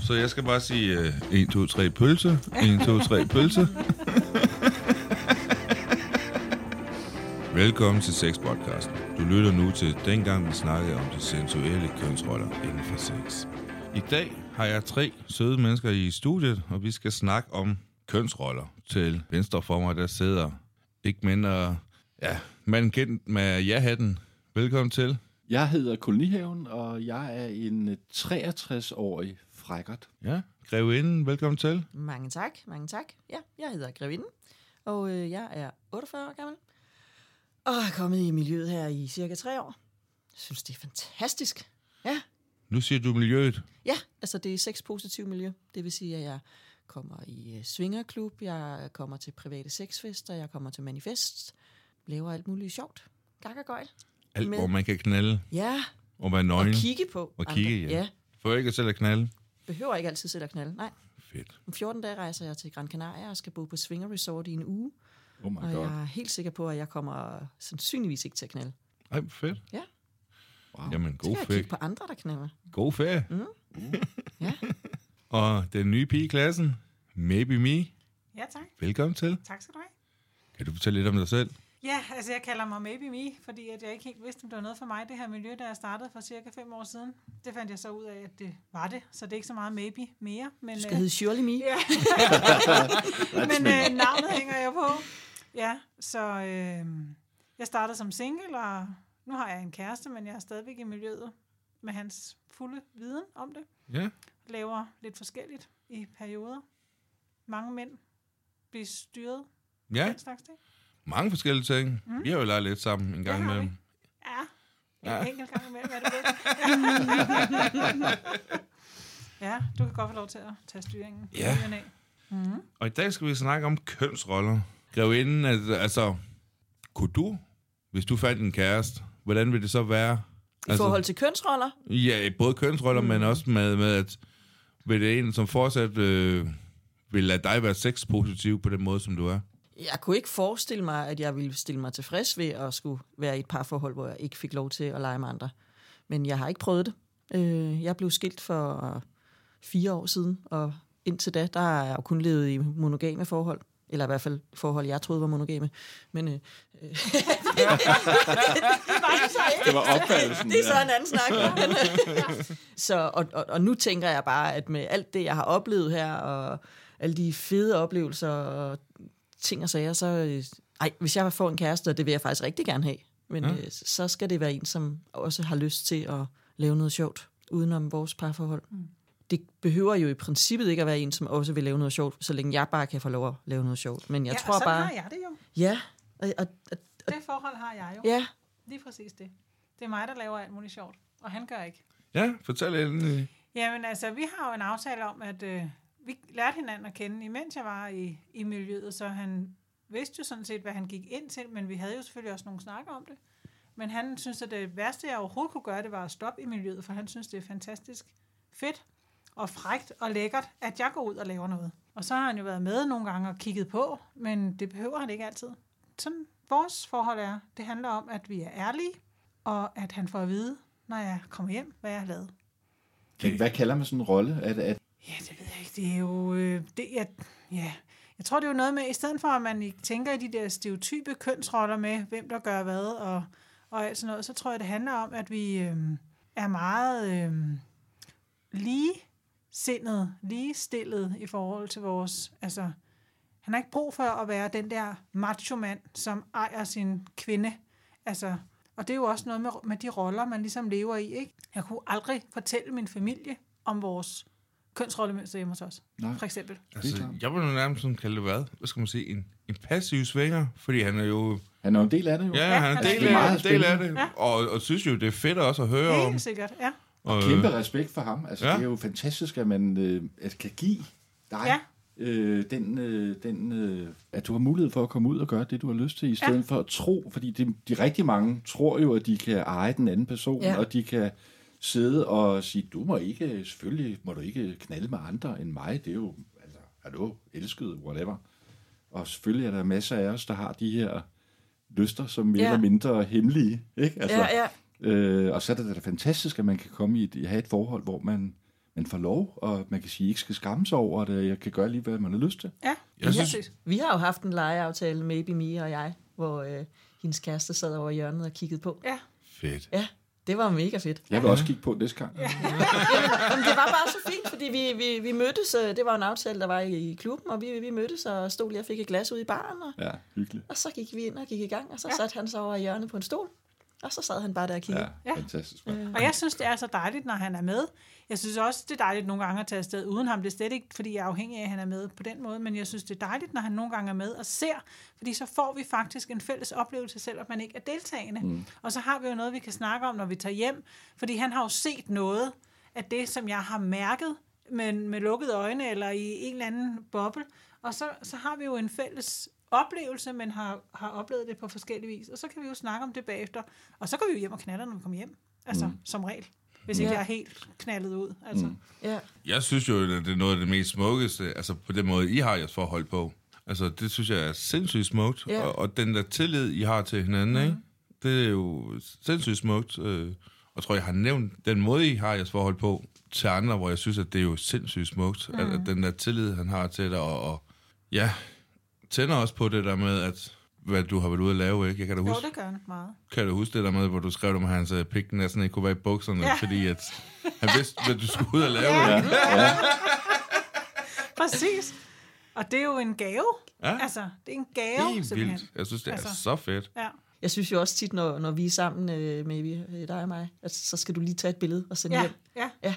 Så jeg skal bare sige øh, 1, 2, 3 pølse. 1, 2, 3 pølse. Velkommen til Sex Podcasten. Du lytter nu til dengang vi snakkede om de sensuelle kønsroller inden for sex. I dag har jeg tre søde mennesker i studiet, og vi skal snakke om kønsroller. Til venstre for mig, der sidder ikke mindre, ja, manden kendt med ja-hatten. Velkommen til. Jeg hedder Kolonihaven, og jeg er en øh, 63-årig frækkert. Ja, grevinden, velkommen til. Mange tak, mange tak. Ja, jeg hedder Grevinde, og øh, jeg er 48 år gammel. Og er kommet i miljøet her i cirka tre år. Jeg synes, det er fantastisk. Ja, Nu siger du miljøet. ja altså det er sex positivt miljø. Det vil sige, at jeg kommer i øh, svingerklub, jeg kommer til private sexfester, jeg kommer til manifest, laver alt muligt sjovt. Gak og gøjl. Alt, Men- hvor man kan knalde Ja, og være og nøgen. kigge på Og andre. kigge, ja. ja. For ikke selv at knalde. Behøver ikke altid selv at knalde. Nej, Fedt. om 14 dage rejser jeg til Gran Canaria og skal bo på Swinger Resort i en uge. Oh my Og god. jeg er helt sikker på, at jeg kommer sandsynligvis ikke til at knalde. Ej, fedt. Ja. Wow. Jamen, Så god kan jeg ferie. kigge på Mm. andre, der knaller. God ferie. Ja. Og den nye pige i klassen, Maybe Me, Ja, tak. velkommen til. Tak skal du have. Kan du fortælle lidt om dig selv? Ja, altså jeg kalder mig Maybe Me, fordi at jeg ikke helt vidste, om det var noget for mig, det her miljø, da jeg startede for cirka fem år siden. Det fandt jeg så ud af, at det var det, så det er ikke så meget Maybe mere. Men, øh, Du skal hedde Shirley Me. ja. men øh, navnet hænger jeg på. Ja, så øh, jeg startede som single, og nu har jeg en kæreste, men jeg er stadigvæk i miljøet med hans fulde viden om det. Ja. Laver lidt forskelligt i perioder. Mange mænd bliver styret af Ja, den slags ting. mange forskellige ting. Mm. Vi har jo leget lidt sammen en gang Det har imellem. vi. Ja, Ja. En enkelt gang imellem er det lidt. ja, du kan godt få lov til at tage styringen. i Ja. ny og næ. Og i dag skal vi snakke om kønsroller. Grevinden, altså, altså, kunne du, hvis du fandt en kæreste, hvordan ville det så være? I Altså- forhold til kønsroller. Ja, både kønsroller, mm. men også med, med at vil det en, som fortsat øh, vil lade dig være sexpositiv på den måde, som du er. Jeg kunne ikke forestille mig, at jeg ville stille mig tilfreds ved at skulle være i et parforhold, hvor jeg ikke fik lov til at lege med andre. Men jeg har ikke prøvet det. Øh, Jeg blev skilt for fire år siden, og indtil da, der har jeg jo kun levet i monogame forhold. Eller i hvert fald forhold, jeg troede var monogame. Men øh, Det var opfattelsen. det er så en anden snak. Men, øh, så, og, og, og nu tænker jeg bare, at med alt det, jeg har oplevet her, og alle de fede oplevelser og ting og sager, så... øh, Ej, hvis jeg får en kæreste, og det vil jeg faktisk rigtig gerne have, men Mm. ja. øh, så skal det være en, som også har lyst til at lave noget sjovt, udenom vores parforhold. Mm. Det behøver jo i princippet ikke at være en, som også vil lave noget sjovt, så længe jeg bare kan få lov at lave noget sjovt. Men jeg ja, ja, og tror sådan bare... har jeg det jo. Ja, og, og, og, og, Det forhold har jeg jo. ja, Lige præcis det. Det er mig, der laver alt muligt sjovt, og han gør ikke. Ja, fortæl endelig. Jamen altså, vi har jo en aftale om, at øh, vi lærte hinanden at kende, imens jeg var i, i miljøet, så han vidste jo sådan set, hvad han gik ind til, men vi havde jo selvfølgelig også nogle snakker om det. Men han synes, at det værste, jeg overhovedet kunne gøre, det var at stoppe i miljøet, for han synes, det er fantastisk fedt og frægt og lækkert, at jeg går ud og laver noget. Og så har han jo været med nogle gange og kigget på, men det behøver han ikke altid. Sådan vores forhold er, det handler om, at vi er ærlige, og at han får at vide, når jeg kommer hjem, hvad jeg har lavet. Men hvad kalder man sådan en rolle? At, at, Ja, det ved jeg ikke. Det er jo... Øh, det, jeg, ja. jeg tror, det er jo noget med, i stedet for, at man ikke tænker i de der stereotype kønsroller med, hvem der gør hvad og, og alt sådan noget, så tror jeg, det handler om, at vi øh, er meget øh, ligesindede, ligestillet i forhold til vores... Altså, han har ikke brug for at være den der macho-mand, som ejer sin kvinde. Altså, og det er jo også noget med, med de roller, man ligesom lever i. Ikke? Jeg kunne aldrig fortælle min familie om vores kønsrollemønster hjemme hos os, Nej. for eksempel. Altså, klart. jeg vil nu nærmest sådan kalde det hvad? Hvad skal man sige? En, en passiv svinger, fordi han er jo... han er jo en del af det jo. Ja, han er en altså, del det er af, meget det, del af det, spændende. og, og synes jo, det er fedt også at høre om. Helt sikkert, ja. Og, Kæmpe respekt for ham. Altså, Øh. Ja. ja. Det er jo fantastisk, at man øh, at kan give dig Ja. øh, den, øh, den øh, at du har mulighed for at komme ud og gøre det, du har lyst til, i stedet ja. for at tro. Fordi de, de rigtig mange tror jo, at de kan eje den anden person, Ja. ja. og de kan sidde og sige, du må ikke, selvfølgelig må du ikke knalde med andre end mig. Det er jo, altså, hallo, elsket, whatever. Og selvfølgelig er der masser af os, der har de her lyster, som mere Ja. ja. eller mindre er hemmelige. Ikke? Altså, ja, ja. Øh, og så er det da fantastisk, at man kan komme i et, have et forhold, hvor man man får lov, og man kan sige, at I ikke skal skamme sig over det, og jeg kan gøre lige, hvad man har lyst til. Ja, Jeg synes- præcis. Vi har jo haft en legeaftale, Maybe Me og jeg, hvor øh, hendes kæreste sad over i hjørnet og kiggede på. Ja. Fedt. Ja, det var mega fedt. Jeg vil også kigge på næste gang. Ja. Jamen, det var bare så fint, fordi vi, vi, vi mødtes, øh, det var en aftale, der var i, i klubben, og vi, vi mødtes og stod lige og fik et glas ud i baren, og, ja, hyggeligt. og så gik vi ind og gik i gang, og så ja. satte han sig over i hjørnet på en stol, og så sad han bare der og kiggede. Ja, Ja. Øh, Ja. fantastisk. mand. Og jeg synes, det er så dejligt, når han er med. Jeg synes også, det er dejligt nogle gange at tage afsted uden ham. Det er slet ikke, fordi jeg er afhængig af, at han er med på den måde, men jeg synes, det er dejligt, når han nogle gange er med og ser, fordi så får vi faktisk en fælles oplevelse, selvom man ikke er deltagende. Mm. Og så har vi jo noget, vi kan snakke om, når vi tager hjem, fordi han har jo set noget af det, som jeg har mærket med, med lukkede øjne eller i en eller anden boble. Og så, så har vi jo en fælles oplevelse, men har, har oplevet det på forskellige vis. Og så kan vi jo snakke om det bagefter. Og så går vi jo hjem og knaller, når vi kommer hjem. Altså, mm. som regel. Hvis ikke Ja. jeg er helt knaldet ud. Altså. Mm. Ja. Jeg synes jo, at det er noget af det mest smukkeste, altså på den måde, I har jeres forhold på. Altså, det synes jeg er sindssygt smukt. Ja. Og, og den der tillid, I har til hinanden, mm. ikke? Mhm. det er jo sindssygt smukt. øh, Og jeg tror, jeg har nævnt den måde, I har jeres forhold på til andre, hvor jeg synes, at det er jo sindssygt smukt. Mm. At, Mhm. at den der tillid, han har til dig, og, og ja, tænder også på det der med, at hvad du har været ude at lave, ikke? Jeg kan da Jo, huske, det gør han meget. kan du huske det der med, hvor du skrev om, at hans øh, pik næsten ikke kunne være i bukserne, Ja. ja. fordi at han vidste, hvad du skulle ud og lave. Ja. ikke? Præcis. Og det er jo en gave. Ja. Altså, det er en gave, Helt simpelthen. vildt. Jeg synes, det er Altså. altså. så fedt. Ja. Jeg synes jo også tit, når, når vi er sammen, øh, maybe øh, dig og mig, at så skal du lige tage et billede og sende ja. Ja, hjem. ja, Ja,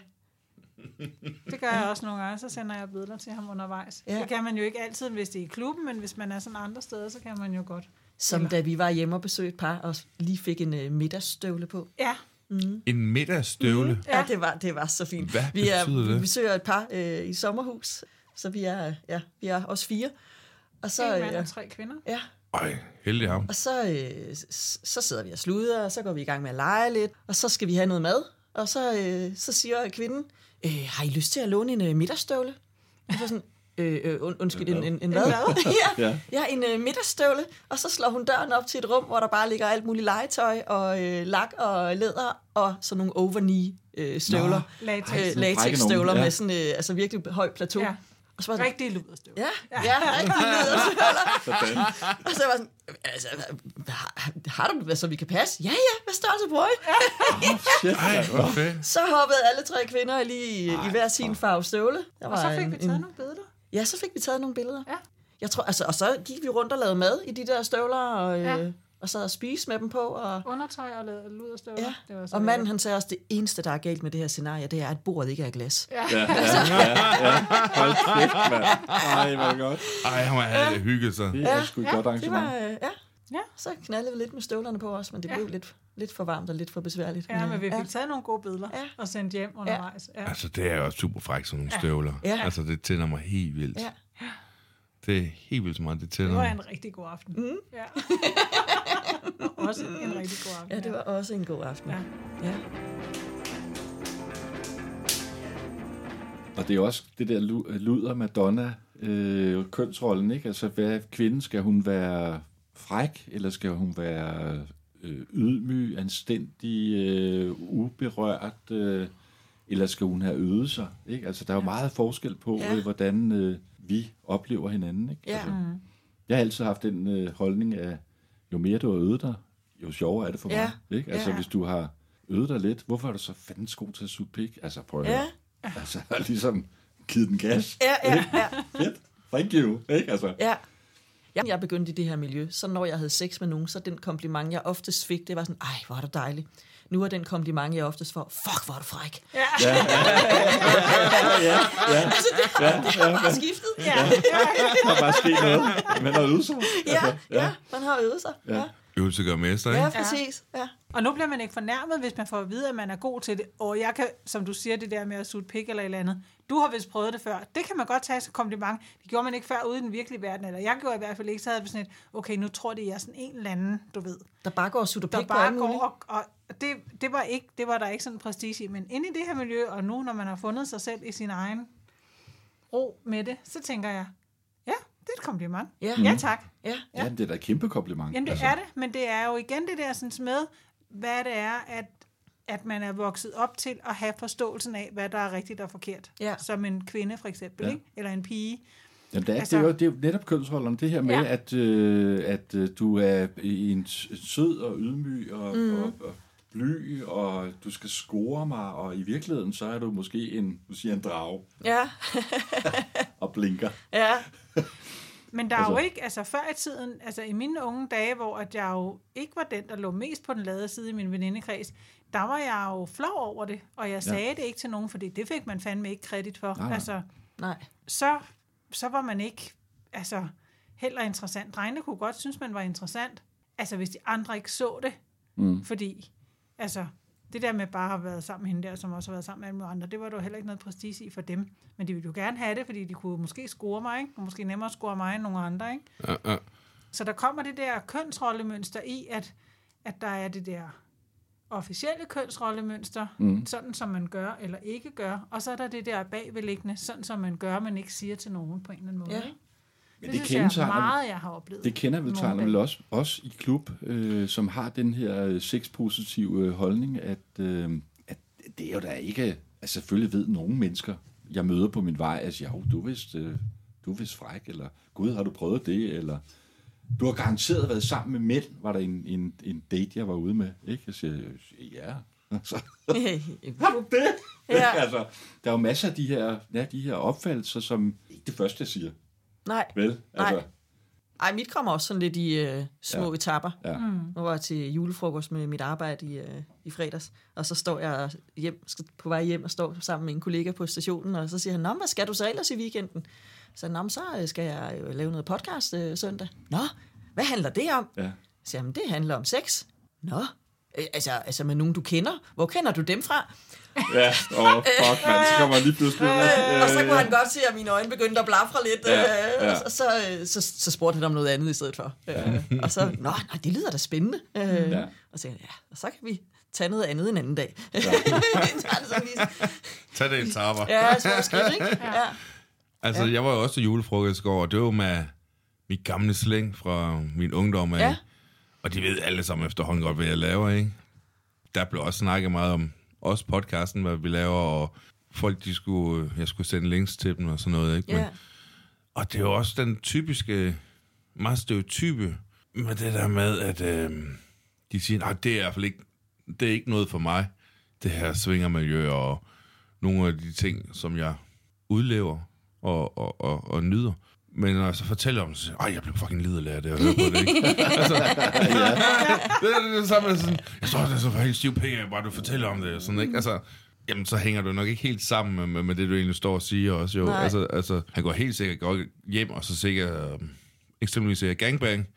det gør jeg også nogle gange, så sender jeg billeder til ham undervejs. Ja. Ja. Det kan man jo ikke altid, hvis det er i klubben, men hvis man er sådan andre steder, så kan man jo godt. som da vi var hjemme og besøgte et par, og lige fik en øh, middagsstøvle på. Ja, En middagsstøvle. Mm. Ja, Ja. ja det, var, det var så fint. Hvad vi er, betyder det? Vi besøger et par øh, i sommerhus, så vi er, ja, vi er os fire. Og så, så, en mand øh, og tre kvinder. ja, Ej, heldig ham. og så, øh, s- så sidder vi og sluder, og så går vi i gang med at lege lidt, og så skal vi have noget mad. Og så, øh, så siger kvinden, øh, har I lyst til at låne en øh, middagsstøvle? Og så sådan, øh, øh, und, undskyld, en, en, en hvad? ja, Ja. ja, en øh, middagsstøvle. Og så slår hun døren op til et rum, hvor der bare ligger alt muligt legetøj og øh, lak og læder og sådan nogle overknee øh, støvler. Latex. Øh, sådan nogle frække latexstøvler nogen, ja. med sådan øh, altså virkelig høj plateau. Ja. Ja. Og så var jeg sådan, Rigtig luderstøv. ja, ja, rigtig lederstøvler. og så var jeg sådan, altså, har, har du hvad så vi kan passe? Ja, ja, hvad størrelse bruger I? Shit, Ej, hvor fedt. Så hoppede alle tre kvinder lige i, i hver sin farve støvle. Der Og så var fik en- vi taget en- nogle billeder. Ja, så fik vi taget nogle billeder. Ja. Jeg tror, altså, og så gik vi rundt og lavede mad i de der støvler, og, øh, Ja. og sad og spiste med dem på. Og, Undertøj og la- luderstøvler. ja. Det var så og manden han sagde også, det eneste, der er galt med det her scenarie, det er, at bordet ikke er af glas. Ja. hold kæft, mand. Ej, hvor godt. Ej, han havde det hygget sig. Det er sgu et godt Det arrangement. var, øh, ja. Ja. Så knaldede vi lidt med støvlerne på os, men det blev lidt, lidt for varmt og lidt for besværligt. Ja, men vi øh, fik taget nogle gode billeder Ja. ja. og sendt hjem undervejs. Ja. Altså, det er jo også super fræk, sådan nogle støvler. Ja. Altså, det tænder mig helt vildt. Ja. Det er helt vildt så meget, det Det tænder var mig. en rigtig god aften. Mm. Ja. Også en rigtig god aften. ja, det var også en god aften. Ja. ja. Og det er jo også det der lu- luder Madonna øh, kønsrollen, ikke? Altså, hvad kvinden skal hun være fræk, eller skal hun være øh, ydmyg, anstændig, øh, uberørt, øh, eller skal hun have øvet sig, ikke? Altså, der er jo meget forskel på, Ja. ja. øh, hvordan øh, vi oplever hinanden, ikke? Ja. Mm. Altså, jeg har altid haft den øh, holdning af, jo mere du har øvet dig, jo sjovere er det for Ja. mig, ikke? Altså, Ja. hvis du har øvet dig lidt, hvorfor er du så fandens god til at suge pik? Altså, prøv at Ja. høre. Altså, ligesom givet den gas. Ja, ja, ja, Fedt. Thank you. Ikke? Altså, ja. Jeg, jeg begyndte i det her miljø, så når jeg havde sex med nogen, så den kompliment, jeg oftest fik, det var sådan, ej, hvor er du dejlig. Nu er den kompliment, jeg oftest får, fuck, hvor er du fræk. Ja. altså, det, ja, det har bare skiftet. Ja. der er bare sket noget. Man har øvet sig. Ja, ja, man har øvet sig. Ja, ja, Øvelse gør mester, ja ikke? præcis. Ja. Og nu bliver man ikke fornærmet, hvis man får at vide, at man er god til det. Og jeg kan, som du siger, det der med at suge pik eller et eller andet. Du har vist prøvet det før. Det kan man godt tage som kompliment. Det gjorde man ikke før ude i den virkelige verden. Eller jeg gjorde i hvert fald ikke. Så havde vi sådan et, okay, nu tror det, jeg er sådan en eller anden, du ved. Der bare går og sutter Der pik på bare alt går muligt. og, og det, det, var ikke, det var der ikke sådan en prestige i. Men inde i det her miljø, og nu når man har fundet sig selv i sin egen ro med det, så tænker jeg, ja, det er et kompliment. Ja. ja tak. Ja, Ja, det er da et kæmpe kompliment. Altså, Jamen det er det, men det er jo igen det der sådan med, hvad det er, at at man er vokset op til at have forståelsen af, hvad der er rigtigt og forkert. Ja. Som en kvinde for eksempel, Ja. ja. ikke? eller en pige. Jamen, det, er, altså, Altså- det, er jo, det er jo netop kønsrollerne, det her med, ja. Ja. at, øh, at øh, du er i en s- sød og ydmyg og, mm. og, og bly, og du skal score mig, og i virkeligheden, så er du måske en, du siger en drage Ja, og blinker. ja. Men der altså. er Altså- jo ikke, altså før i tiden, altså i mine unge dage, hvor at jeg jo ikke var den, der lå mest på den lade side i min venindekreds, der var jeg jo flov over det, og jeg sagde det ikke til nogen, fordi det fik man fandme ikke kredit for. Nej, nej. Altså, Nej. så, så var man ikke altså, heller interessant. Drengene kunne godt synes, man var interessant, altså hvis de andre ikke så det. Mm. Fordi altså, det der med bare at have været sammen med hende der, som også har været sammen med alle mulige andre, det var der jo heller ikke noget prestige i for dem. Men de ville jo gerne have det, fordi de kunne måske score mig, ikke? Og måske nemmere score mig end nogle andre. Ikke? Ja, ja. Så der kommer det der kønsrollemønster i, at, at der er det der officielle kønsrollemønster, mm. sådan som man gør eller ikke gør, og så er der det der bagvedliggende, sådan som man gør, men ikke siger til nogen på en eller anden måde. Ja. Ja. Ikke? Men Det, det det synes jeg kendetegner- er meget, jeg har oplevet. Det kender vi nogle tegner dage. vel også, også i klub, øh, som har den her øh, sexpositive øh, holdning, at, øh, at det er jo da ikke... Altså selvfølgelig ved nogle mennesker, jeg møder på min vej, at jo, du er vist, øh, du er vist fræk, eller gud, har du prøvet det, eller du har garanteret været sammen med mænd, var der en, en, en date, jeg var ude med. Ikke? Jeg siger, ja. Så, har du det? Ja. altså, der er jo masser af de her, ja, de her opfattelser, som ikke det første, jeg siger. Nej. Vel? Altså, Nej. Ej, mit kommer også sådan lidt i øh, små Ja. ja. etapper. Ja. Nu var jeg til julefrokost med mit arbejde i, øh, i fredags, og så står jeg hjem, skal på vej hjem og står sammen med en kollega på stationen, og så siger han, Nå, men hvad skal du så ellers i weekenden? Så siger jeg, "Nå, men så øh, skal jeg jo lave noget podcast øh, søndag. Nå, hvad handler det om? Ja. Så siger jeg, "Men det handler om sex. Nå, øh, altså, altså med nogen, du kender. Hvor kender du dem fra? Ja, åh, oh, fuck, man. Så kommer han lige pludselig ud. Øh, og så kunne han godt se, at mine øjne begyndte at blafre lidt. Ja, Ja, ja. ja. Og så, øh, så, så spurgte han om noget andet i stedet for. Øh, og så, nå, nej, det lyder da spændende. Øh, Ja. ja. Og så tænkte jeg, ja, og så kan vi tage noget andet en anden dag. Ja, så er det sådan lige, Tag det en tapper. ja små skridt, ikke? Ja. Altså, jeg var jo også til julefrokost i går, og det var jo med mit gamle slæng fra min ungdom af. Ja. Og de ved alle sammen efterhånden godt, hvad jeg laver, ikke? Der blev også snakket meget om også podcasten, hvad vi laver, og folk, de skulle, jeg skulle sende links til dem og sådan noget, ikke? Ja. og det er jo også den typiske, meget stereotype med det der med, at øh, de siger, at det er i hvert fald ikke, det er ikke noget for mig, det her svingermiljø og nogle af de ting, som jeg udlever og, og, og, og nyder. Men når jeg så fortæller om det, så siger jeg, "Ej, jeg blev fucking liderlig af det, og hørte på det, ikke? altså, det er det, det samme, med sådan, jeg tror, det er så for helt stiv penge, bare du fortæller om det, og sådan, ikke? Altså, jamen, så hænger du nok ikke helt sammen med, med, med det, du egentlig står og siger også, jo. Nej. Altså, altså, han går helt sikkert godt hjem, og så sikkert, øh, eksempelvis siger gangbang,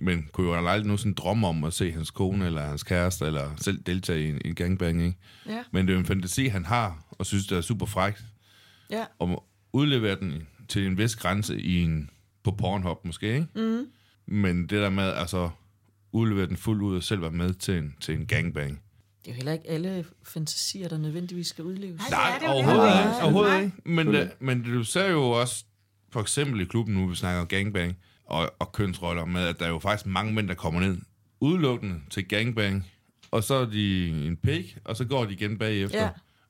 men kunne jo aldrig nogensinde drømme om at se hans kone eller hans kæreste, eller selv deltage i en, en gangbang, ikke? Ja. Men det er jo en fantasi, han har, og synes, det er super frækt, ja, og udlevere den til en vis grænse i en, på Pornhub måske, ikke? Mm. Men det der med, altså, udlevere den fuldt ud og selv være med til en, til en gangbang. det er jo heller ikke alle fantasier, der nødvendigvis skal udleves. Nej. Nej, det er jo overhovedet det. ikke. Nej. Overhovedet ikke. Men, Selvfølgelig. det, men du ser jo også, for eksempel i klubben nu, vi snakker om gangbang og, og kønsroller, med at der er jo faktisk mange mænd, der kommer ned udelukkende til gangbang, og så er de en pik, og så går de igen bagefter.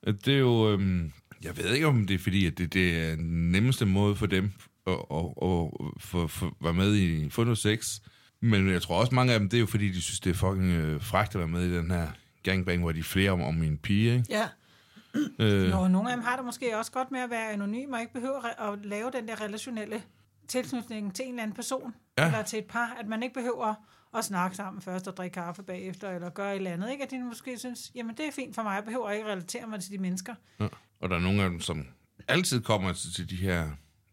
Ja. Det er jo, øhm, jeg ved ikke om det er fordi, at det, det er den nemmeste måde for dem at, at, at, for, for, være med i få noget sex. Men jeg tror også mange af dem, det er jo fordi, de synes, det er fucking øh, fragt at være med i den her gangbang, hvor de er flere om, om en pige, ikke? Ja, Øh, Jo, nogle af dem har det måske også godt med at være anonym og ikke behøver re- at lave den der relationelle tilknytning til en eller anden person Ja. ja. eller til et par, at man ikke behøver at snakke sammen først og drikke kaffe bagefter eller gøre et eller andet. Ikke? At de måske synes, jamen det er fint for mig, jeg behøver ikke relatere mig til de mennesker. Ja. Og der er nogle af dem, som altid kommer til, til de her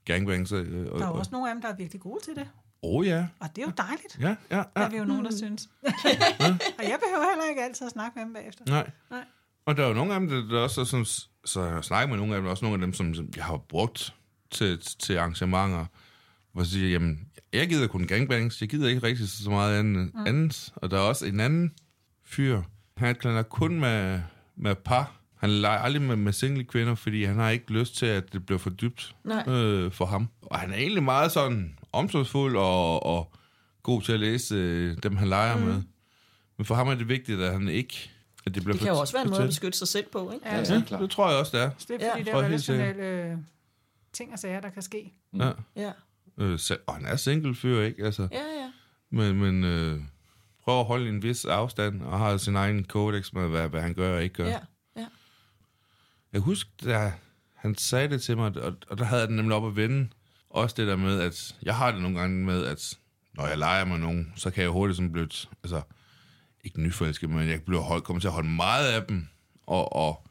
gangbangs. øh, Og, Der er jo og, også nogle af dem, der er virkelig gode til det, oh ja, og det er jo dejligt. ja, ja, Der ja. er vi jo nogen, der Mm. synes. og jeg behøver heller ikke altid at snakke med dem bagefter. Nej. Nej. Og der er jo nogle af dem, der, der også er sådan, så jeg snakker med nogle af dem, også nogle af dem, som, som jeg har brugt til, til arrangementer, hvor jeg siger, jamen, jeg gider kun gangbangs, jeg gider ikke rigtig så meget andet. Mm. andet. Og der er også en anden fyr, han klander kun med, med par. Han leger aldrig med, med single kvinder, fordi han har ikke lyst til, at det bliver for dybt Nej. øh, for ham. Og han er egentlig meget sådan omsorgsfuld og, og god til at læse øh, dem, han leger mm. med. Men for ham er det vigtigt, at han ikke At det, bliver Det kan jo også være en måde at fortæt. beskytte sig selv på, ikke? Ja, Ja, ja. ja, Ja, det klart. tror jeg også, det er. Så det er fordi, Ja. Tror ja, der er jeg helt sikkert. relationelle øh, ting og sager, der kan ske. Ja. Ja, Øh, selv, og han er single fyr, ikke? Altså, ja, ja. Men, men øh, prøv at holde en vis afstand, og har sin egen kodex med, hvad, hvad han gør og ikke gør. ja. Jeg husker, da han sagde det til mig, og, og der havde jeg den nemlig op at vende. Også det der med, at jeg har det nogle gange med, at når jeg leger med nogen, så kan jeg hurtigt sådan blive, t- altså ikke nyforelsket, men jeg bliver holdt, kommer til at holde meget af dem, og, og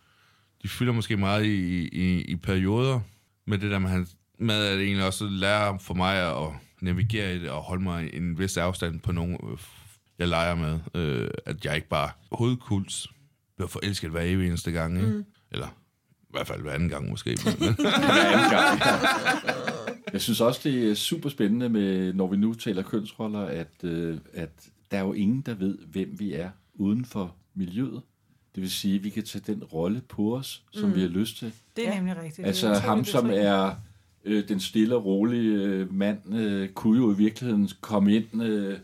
de fylder måske meget i, i, i perioder, med det der med, han, med at egentlig også lære for mig at navigere i det, og holde mig en vis afstand på nogen, øh, jeg leger med, øh, at jeg ikke bare hovedkuls bliver forelsket hver evig eneste gang, ikke? Mm. eller i hvert fald hver anden gang måske. Men, Jeg synes også, det er super spændende, med, når vi nu taler kønsroller, at, øh, at der er jo ingen, der ved, hvem vi er uden for miljøet. Det vil sige, at vi kan tage den rolle på os, som mm. vi har lyst til. Det er Ja. ja. nemlig rigtigt. Altså Det er ham, utroligt som befriende. er øh, den stille og rolige øh, mand, øh, kunne jo i virkeligheden komme ind øh,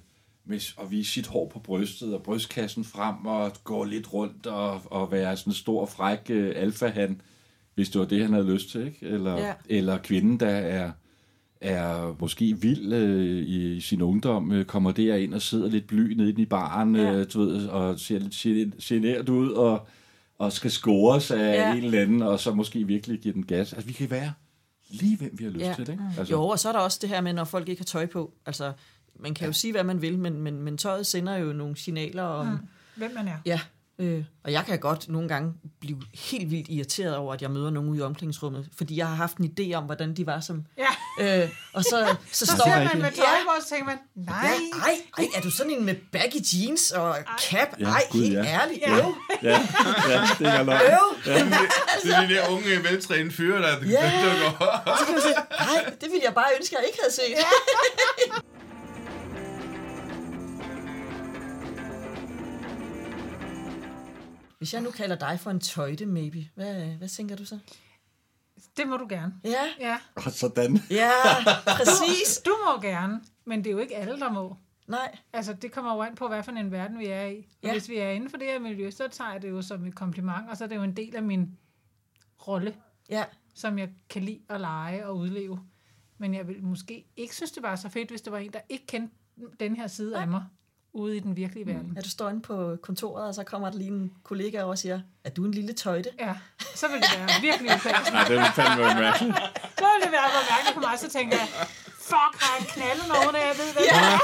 med, s- og vise sit hår på brystet og brystkassen frem og gå lidt rundt og, og være sådan en stor, fræk øh, alfahan, hvis det var det, han havde lyst til. Ikke? Eller, Ja. ja. eller kvinden, der er er måske vild øh, i, i sin ungdom, øh, kommer derind og sidder lidt bly nede i baren, Ja. ja. øh, du ved, og ser lidt gene- genert ud, og, og skal scores af Ja. ja. en eller anden, og så måske virkelig give den gas. Altså, vi kan være lige hvem vi har lyst Ja. ja. til, ikke? Altså, Jo, og så er der også det her med, når folk ikke har tøj på. Altså, man kan jo sige, hvad man vil, men, men, men tøjet sender jo nogle signaler om... Mm. Hvem man er. Ja, øh, og jeg kan godt nogle gange blive helt vildt irriteret over, at jeg møder nogen ude i omklædningsrummet, fordi jeg har haft en idé om, hvordan de var som... Ja. Øh, og så, så Så står ser er man rigtigt. med tøj på, og så tænker man, nej, Ja, ah. ej, ej, er du sådan en med baggy jeans og cap? Ja, Ej, gud, helt ja. ærligt, Ja. øv, Ja, ja, det er nok. øv. Altså- det er de der unge, veltrænede fyre, der Ja. der Så kan man sige, nej, det ville jeg bare ønske, jeg ikke havde set. Ja. Hvis jeg nu kalder dig for en tøjte, maybe, hvad, hvad tænker du så? det må du gerne. Ja, Ja. Og sådan. ja, præcis. Altså, Du må gerne, men det er jo ikke alle, der må. Nej, Altså, det kommer jo an på, hvad for en verden vi er i. Og Ja. ja. hvis vi er inden for det her miljø, så tager jeg det jo som et kompliment, og så er det jo en del af min rolle, ja, som jeg kan lide at lege og udleve. Men jeg ville måske ikke synes, det var så fedt, hvis det var en, der ikke kendte den her side af mig ude i den virkelige verden. ja, du står inde på kontoret, og så kommer der lige en kollega over og siger, er du en lille tøjte? Ja, så ville det være virkelig upassende. Nej, det er fandme en mærke. Så ville det være hvor mærkeligt for mig, så tænker jeg, fuck, har han knaldet nogen, der jeg ved, hvad det er?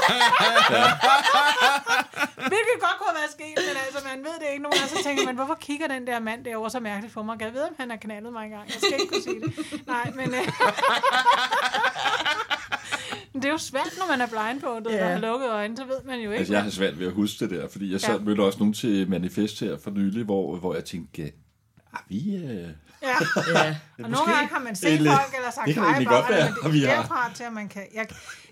Hvilket godt kunne have været sket, men altså, man ved det ikke nogen, og så tænker man, hvorfor kigger den der mand derovre så mærkeligt for mig? Kan jeg vide, om han har knaldet mig engang? Jeg skal ikke kunne sige det. Nej, men... Øh, men det er jo svært, når man er blindfoldet Ja. yeah. og har lukket øjnene, så ved man jo ikke. Altså, jeg har svært ved at huske det der, fordi jeg sad Ja. mødte også nogen til manifest her for nylig, hvor, hvor jeg tænkte, ah, vi... Øh, Ja. Ja, Og nogle gange har man set det er lidt- folk, eller sagt, det kan "Ej, egentlig hvor godt er det," være, men det- vi har- Derfra til, at man kan... Jeg,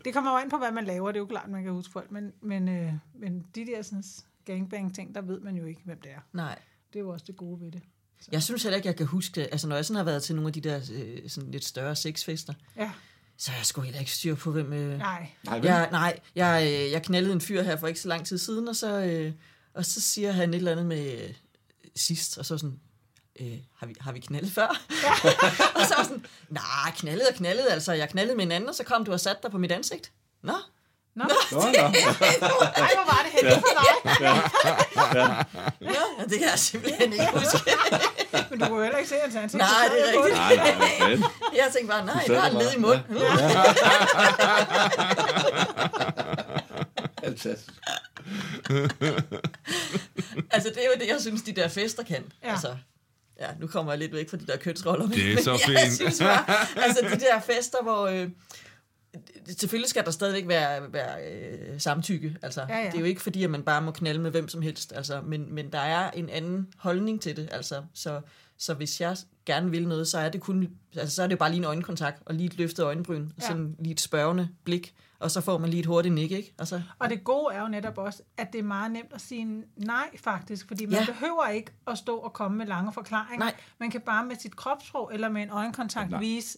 det kommer jo an på, hvad man laver. Det er jo klart, man kan huske folk. Men, men, øh, men de der sådan, gangbang-ting, der ved man jo ikke, hvem det er. nej. Det er jo også det gode ved det. Jeg synes heller ikke, jeg kan huske det. Altså, når jeg sådan har været til nogle af de der øh, sådan lidt større sexfester, Ja, så har jeg sgu heller ikke styr på, hvem... Øh, nej. nej, vel? jeg, nej, jeg, øh, jeg knaldede en fyr her for ikke så lang tid siden, og så, øh, og så siger han et eller andet med øh, sidst, og så sådan, øh, har, vi, har vi knaldet før? og så var jeg sådan, nej, knaldet og knaldet, altså, jeg knaldede med en anden, og så kom du og satte dig på mit ansigt. Nå, Nå, Nå, nå. nej, hvor var det heldigt for dig. ja, det kan jeg simpelthen ikke huske. Men du kunne jo heller ikke se hans ansigt. Nej, så sad det er jeg på rigtigt. Nej, nej, hvad fanden. Jeg tænkte bare, nej, satte der er dig en led i bare. munden. Fantastisk. Altså, det er jo det, jeg synes, de der fester kan. Ja. Ja. Altså, ja, nu kommer jeg lidt væk fra de der kønsroller. men- Det er så Men jeg fint. synes bare, altså de der fester, hvor... Øh, det- selvfølgelig skal der stadigvæk være, være øh, samtykke. Altså, Ja, ja. Det er jo ikke fordi, at man bare må knalde med hvem som helst. Altså, men, men der er en anden holdning til det. Altså, så, så hvis jeg gerne vil noget, så er det kun altså, så er det jo bare lige en øjenkontakt, og lige et løftet øjenbryn, ja. Ja. sådan lige et spørgende blik, og så får man lige et hurtigt nik, ikke? Altså, Og så, Og det gode er jo netop også, at det er meget nemt at sige nej faktisk, fordi man Ja. ja. behøver ikke at stå og komme med lange forklaringer. Nej. Man kan bare med sit kropssprog eller med en øjenkontakt Nej. vise,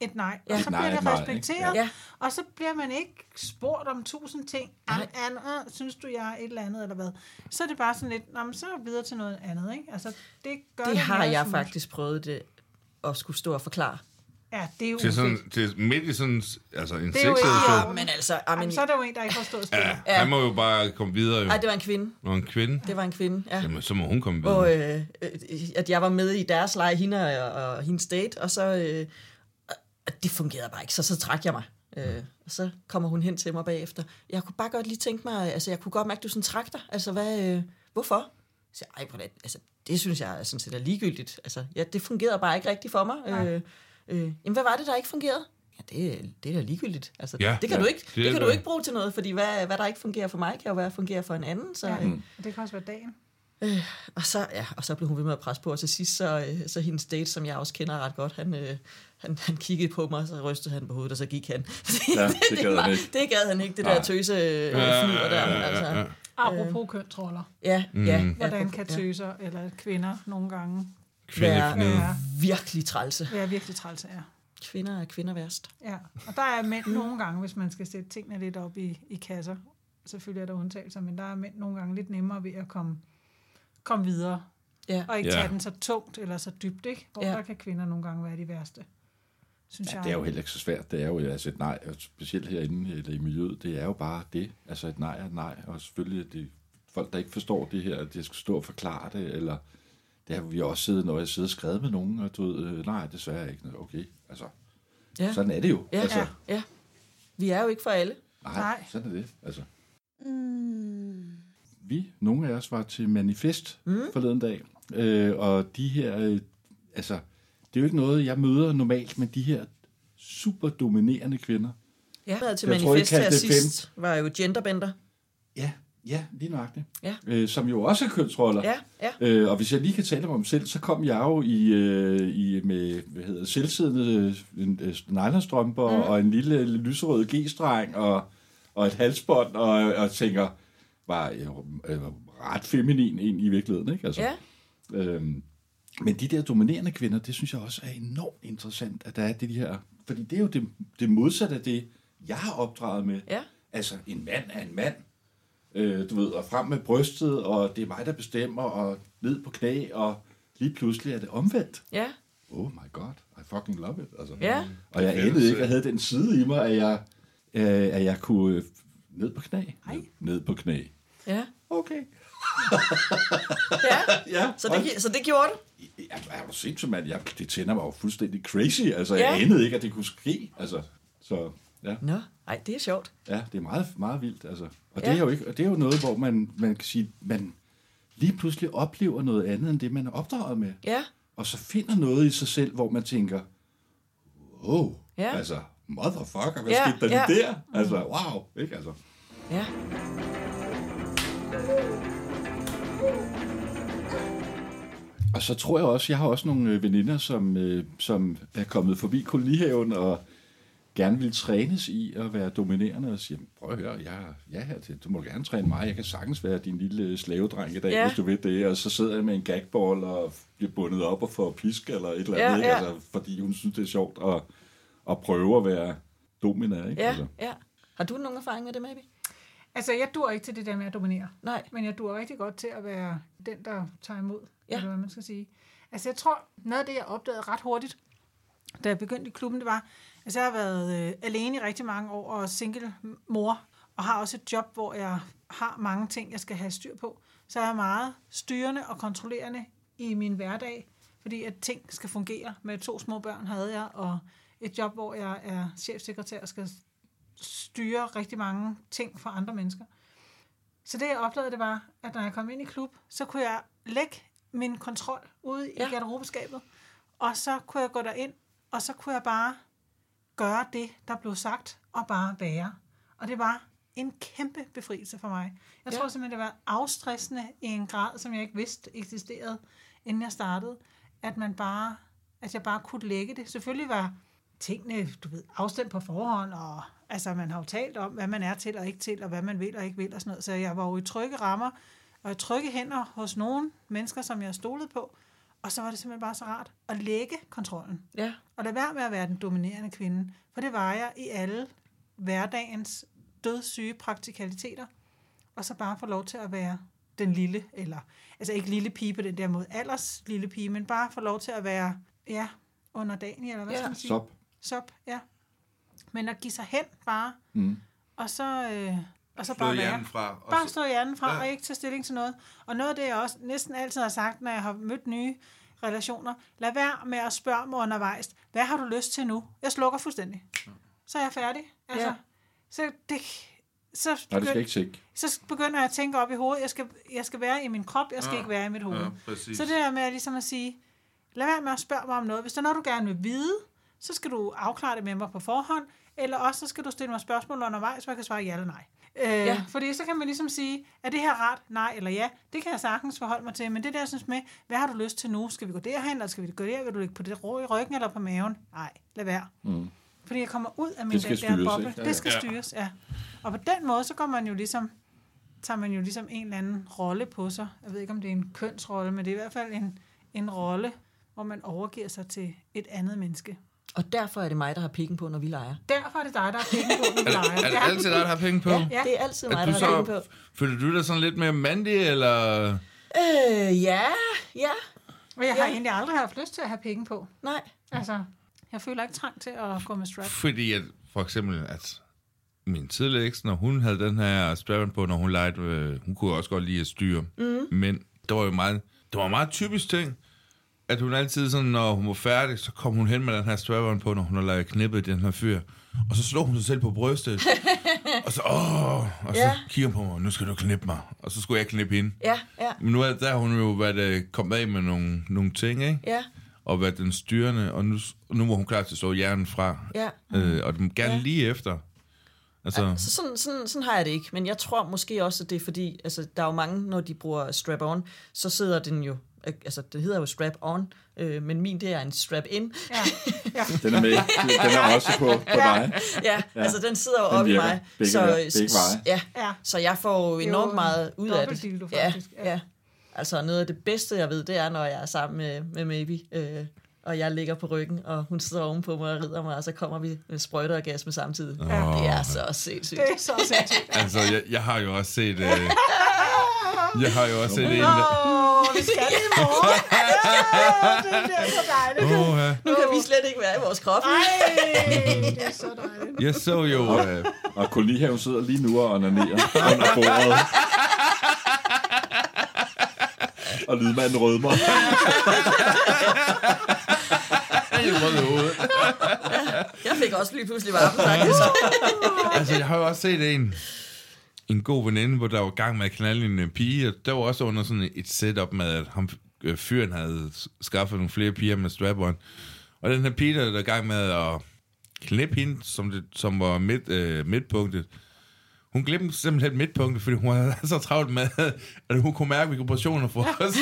et nej. Ja. Ja. Og så Et nej bliver er et det nej, respekteret, ikke? Ja. ja. og så bliver man ikke spurgt om tusind ting. Am, Nej. am, øh, synes du, jeg er et eller andet, eller hvad? Så er det bare sådan lidt, Nå, men så videre til noget andet, ikke? Altså, det gør Det har mere jeg smooth. faktisk prøvet det, at skulle stå og forklare. Ja, det er jo Til sådan, ufedt. til midt i sådan altså en Det er jo sexsituation. ikke- Men altså, amen, Jamen, så er der jo en, der ikke har stået stille. Ja, han må jo bare komme videre. Jo. ej, det var en kvinde. Når en kvinde, Det var en kvinde, ja. jamen, så må hun komme videre. Hvor øh, øh, at jeg var med i deres leje, hende og, og hendes date, og så... Øh, og det fungerede bare ikke, så så trak jeg mig. Øh, Mm. og så kommer hun hen til mig bagefter. Jeg kunne bare godt lige tænke mig, altså jeg kunne godt mærke, at du sådan trak dig. Altså hvad, øh, hvorfor? Så jeg, ej, hvordan, altså det synes jeg er sådan set er ligegyldigt. Altså ja, det fungerede bare ikke rigtigt for mig. Øh, øh, jamen hvad var det, der ikke fungerede? Ja, det, er- det er da ligegyldigt. Altså, Ja, ja, det kan, ja, du ikke, det det, er kan da- du ikke bruge til noget, fordi hvad, hvad der ikke fungerer for mig, kan jo være, fungerer for en anden. Så, øh, Ja, det kan også være dagen. og så, ja, og så blev hun ved med at presse på, og til sidst, så, øh, så hendes date, som jeg også kender ret godt, han, øh, han, han kiggede på mig, og så rystede han på hovedet, og så gik han. Ja, det gad han ikke. Det gad han ikke, det der tøse øh, fnyder der. Altså. Apropos kønsroller. Ja, ja, ja. Hvordan kan tøser eller kvinder nogle gange Kvinde, være- knede. være, Virkelig trælse. være virkelig trælse er? Kvinder er kvinder værst. Ja, og der er mænd nogle gange, hvis man skal sætte tingene lidt op i, i kasser. Selvfølgelig er der undtagelser, men der er mænd nogle gange lidt nemmere ved at komme, komme videre. Ja. Og ikke Ja. ja. tage den så tungt eller så dybt, ikke? Hvor Ja. ja. der kan kvinder nogle gange være de værste, synes Ja, jeg. det er jo heller ikke så svært. Det er jo altså et nej, og specielt herinde eller i miljøet, det er jo bare det. Altså et nej er et nej, og selvfølgelig er det folk, der ikke forstår det her, at jeg skal stå og forklare det, eller det har vi også siddet, når jeg sidder og skrevet med nogen, og du ved, øh, nej, desværre ikke. Nå, Okay, altså, Ja. sådan er det jo. Ja, altså, ja, ja. Vi er jo ikke for alle. Nej, Nej. sådan er det. Altså. Mm. Vi, nogle af os, var til manifest mm. forleden dag, øh, og de her, øh, altså, det er jo ikke noget, jeg møder normalt, men de her super dominerende kvinder. Ja. Jeg til Jeg tror, I manifest her kaldte det sidst, var jo genderbender. Ja, ja, lige nøjagtigt. Ja. Øh, som jo også er kønsroller. Ja, ja. Øh, og hvis jeg lige kan tale om mig selv, så kom jeg jo i, øh, i med, hvad hedder det, selvsiddende øh, en, øh, nylonstrømper Mhm. mm. og en lille lyserød g-streng og, og et halsbånd og, og tænker, var jeg jo, øh, ret feminin ind i virkeligheden, ikke? Altså, Ja. Øhm, men de der dominerende kvinder, det synes jeg også er enormt interessant, at der er det de her... Fordi det er jo det, det modsatte af det, jeg har opdraget med. Ja. Altså, en mand er en mand. Øh, du ved, og frem med brystet, og det er mig, der bestemmer, og ned på knæ, og lige pludselig er det omvendt. Ja, Oh my god, I fucking love it. Altså. ja. Og jeg anede ikke, at jeg havde den side i mig, at jeg, øh, at jeg kunne... Øh, ned på knæ? Ned, ned på knæ. Ja. Okay. ja. Ja, Så, hold det, gi- så det gjorde det. Jeg er du sindssygt, mand. Jeg, det tænder mig jo fuldstændig crazy. Altså, ja. Ja. jeg anede ikke, at det kunne ske. Altså, så ja, Nå, ej, det er sjovt. ja, det er meget, meget vildt. Altså. Og, det Ja. er jo ikke, og det er jo noget, hvor man, man kan sige, man lige pludselig oplever noget andet, end det, man er opdraget med. Ja, Og så finder noget i sig selv, hvor man tænker, wow, Ja. altså, motherfucker, hvad Ja, ja, skete der ja. ja. der? Altså, wow, ikke altså. ja. Og så tror jeg også, jeg har også nogle øh, veninder, som, øh, som er kommet forbi kolonihaven og gerne vil trænes i at være dominerende og siger, prøv at høre, jeg, jeg er her til, du må gerne træne mig, jeg kan sagtens være din lille øh, slavedreng i dag, Ja. ja. hvis du ved det, og så sidder jeg med en gagball og bliver bundet op og får pisk eller et eller andet, Ja, ikke? ja. Altså, fordi hun synes, det er sjovt at, at prøve at være dominerende. Ikke? Ja, Altså, ja. Har du nogen erfaring med det, maybe? Altså, jeg dur ikke til det der med at dominere. Nej. Men jeg duer rigtig godt til at være den, der tager imod, Ja. ja. eller hvad man skal sige. Altså jeg tror, noget af det, jeg opdagede ret hurtigt, da jeg begyndte i klubben, det var, altså jeg har været øh, alene i rigtig mange år og single mor, og har også et job, hvor jeg har mange ting, jeg skal have styr på. Så jeg er meget styrende og kontrollerende i min hverdag, fordi at ting skal fungere. Med to små børn havde jeg, og et job, hvor jeg er chefsekretær og skal styre rigtig mange ting for andre mennesker. Så det, jeg oplevede, det var, at når jeg kom ind i klub, så kunne jeg lægge min kontrol ude ja. Ja. i garderobeskabet, og så kunne jeg gå derind, og så kunne jeg bare gøre det, der blev sagt, og bare være. Og det var en kæmpe befrielse for mig. Jeg Ja. ja. tror simpelthen, det var afstressende i en grad, som jeg ikke vidste eksisterede, inden jeg startede, at man bare, at jeg bare kunne lægge det. Selvfølgelig var tingene, du ved, afstemt på forhånd, og altså, man har jo talt om, hvad man er til og ikke til, og hvad man vil og ikke vil, og sådan noget. Så jeg var jo i trygge rammer, og i trygge hænder hos nogle mennesker, som jeg stolede på, Og så var det simpelthen bare så rart at lægge kontrollen. Ja. Og lade være med at være den dominerende kvinde. For det var jeg i alle hverdagens dødssyge praktikaliteter. Og så bare få lov til at være den lille, eller altså ikke lille pige på den der måde, alders lille pige, men bare få lov til at være, ja, underdanig, eller hvad Ja. skal man sige? Altså, Stop. Sop, ja. Men at give sig hen bare, Mm. og så, øh, og Slå så bare være. hjernen fra. Og Bare så, stå hjernen fra Ja. ja. og ikke tage stilling til noget. Og noget af det, jeg også næsten altid har sagt, når jeg har mødt nye relationer, lad være med at spørge mig undervejs, hvad har du lyst til nu? Jeg slukker fuldstændig. Så er jeg færdig. Altså, Ja. ja. så, det, så, Nej, det skal begynd, ikke tække. så begynder jeg at tænke op i hovedet, jeg skal, jeg skal være i min krop, jeg skal Ja. ikke være i mit hoved. ja, præcis. Så det der med at ligesom at sige, lad være med at spørge mig om noget. Hvis der er noget, du gerne vil vide, så skal du afklare det med mig på forhånd, eller også så skal du stille mig spørgsmål undervejs, hvor jeg kan svare ja eller nej. Øh, Ja. ja. Fordi så kan man ligesom sige, er det her rart? Nej eller ja. Det kan jeg sagtens forholde mig til, men det der, jeg synes med, hvad har du lyst til nu? Skal vi gå derhen, eller skal vi gå der? Vil du ligge på det rå i ryggen eller på maven? Nej, lad være. Mm. Fordi jeg kommer ud af min Det skal den der styres, boble. ikke? Ja, ja. Det skal Ja. styres, ja. Og på den måde, så går man jo ligesom, tager man jo ligesom en eller anden rolle på sig. Jeg ved ikke, om det er en kønsrolle, men det er i hvert fald en, en rolle, hvor man overgiver sig til et andet menneske. Og derfor er det mig, der har pikken på, når vi leger. Derfor er det dig, der har penge på, når du leger. Er det Ja. altid dig, der har penge på? Ja, Ja. det er altid mig, Er der du har så, pikken på. føler du dig sådan lidt mere mandig, eller... Øh, ja, ja, Og jeg har Ja. egentlig aldrig haft lyst til at have penge på. nej. Altså, jeg føler ikke trang til at gå med strap. Fordi at, for eksempel, at min tidligere eks, når hun havde den her strap på, når hun legede, øh, hun kunne også godt lide at styre. Mm. Men det var jo meget, det var en meget typisk ting, at hun altid sådan, når hun var færdig, så kom hun hen med den her strap på, når hun havde lavet knippet i den her fyr. Og så slog hun sig selv på brystet. og så, åh, og så Ja. kigger hun på mig, nu skal du knippe mig. Og så skulle jeg knippe hende. Ja, ja, Men nu er der har hun jo været, øh, kommet af med nogle, nogle ting, ikke? ja, og været den styrende, og nu, nu var hun klar til at slå hjernen fra. ja. Øh, og den gerne ja. Ja. lige efter. Altså, Så sådan, sådan, sådan har jeg det ikke. Men jeg tror måske også, at det er fordi, altså, der er jo mange, når de bruger strap-on, så sidder den jo, altså det hedder jo strap-on, øh, men min det er en strap-in. Ja. Ja. Den er med. Den er også på, på dig. ja, ja, altså den sidder jo oppe i virker mig. begge så, veje- begge veje. ja, ja. så jeg får jo er jo enormt en meget ud af det. dobbeltdildo, ja, faktisk. Ja. ja. Altså noget af det bedste, jeg ved, det er, når jeg er sammen med, med Maybe, øh, og jeg ligger på ryggen, og hun sidder ovenpå mig og rider mig, og så kommer vi med sprøjter og gas med samtidig. Ja. Det er så sindssygt. Det er så sindssygt. altså jeg, jeg har jo også set... Øh, jeg har jo også set en... Åh, der- oh, vi skal det i morgen. Ja, det bliver så dejligt. Åh, ja. Nu kan vi slet ikke være i vores krop. Ej, det er så dejligt. Jeg så jo... Øh, Og kolonihaven sidder lige nu og onanerer under bordet. Og lydmanden rødmer. jeg rød i hovedet. Jeg fik også lige pludselig varme, faktisk. altså, jeg har jo også set en... En god veninde, hvor der var gang med at knalde en øh, pige, og der var også under sådan et setup med, at ham, øh, fyren havde skaffet nogle flere piger med strap -on. Og den her pige, der var i gang med at klippe hende, som, det, som var midt, øh, midtpunktet, hun glemte simpelthen midtpunktet, fordi hun havde så travlt med, at hun kunne mærke vibrationer fra at se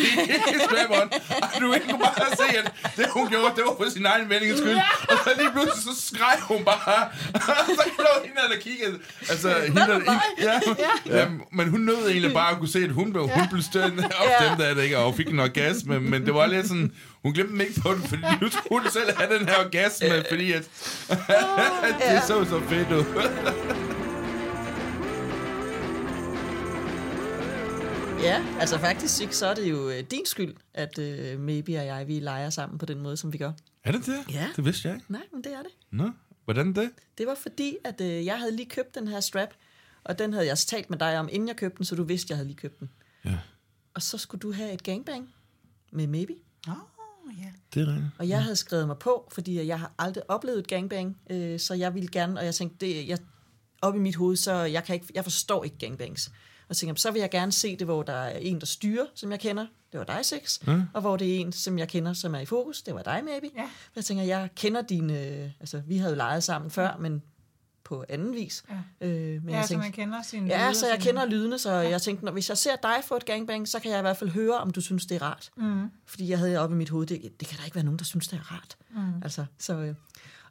strap-on, og du ikke kunne bare se, at det hun gjorde, det var for sin egen meldings skyld. Og så lige pludselig, så skreg hun bare, og så lå hende, der kiggede. Altså, hende, der, hende, ja, ja. ja, men hun nød egentlig bare at kunne se, at hun blev, hun blev stødende Ja. ja. dem, der er det ikke, og hun fik en orgasme, men det var lidt sådan, hun glemte ikke på den, fordi nu skulle hun selv have den her orgasme, fordi at, Ah, det så så fedt ud. Ja, altså faktisk, Sig, så er det jo øh, din skyld, at øh, Maybe og jeg, vi leger sammen på den måde, som vi gør. Er det det? Ja. Det vidste jeg ikke. Nej, men det er det. Nå, hvordan det? Det var fordi, at øh, jeg havde lige købt den her strap, og den havde jeg også talt med dig om, inden jeg købte den, så du vidste, jeg havde lige købt den. Ja. Og så skulle du have et gangbang med Maybe. Åh, ja. Det er rigtigt. Og jeg havde skrevet mig på, fordi jeg har aldrig oplevet et gangbang, øh, så jeg ville gerne, og jeg tænkte, det, jeg, op i mit hoved, så jeg, kan ikke, jeg forstår ikke gangbangs. Og så tænkte, jeg, så vil jeg gerne se det, hvor der er en, der styrer, som jeg kender, det var dig, Sex, mm. og hvor det er en, som jeg kender, som er i fokus, det var dig, maybe. Ja. Jeg tænker, jeg kender dine, øh, altså vi havde jo leget sammen før, men på anden vis. Ja. Øh, men Ja, så man kender sin Ja, lyde så og jeg sin- kender lydene, så jeg tænkte, når, hvis jeg ser dig få et gangbang, så kan jeg i hvert fald høre, om du synes, det er rart. Mm. Fordi jeg havde oppe i mit hoved, det, det kan der ikke være nogen, der synes, det er rart. Mm. Altså, så, øh.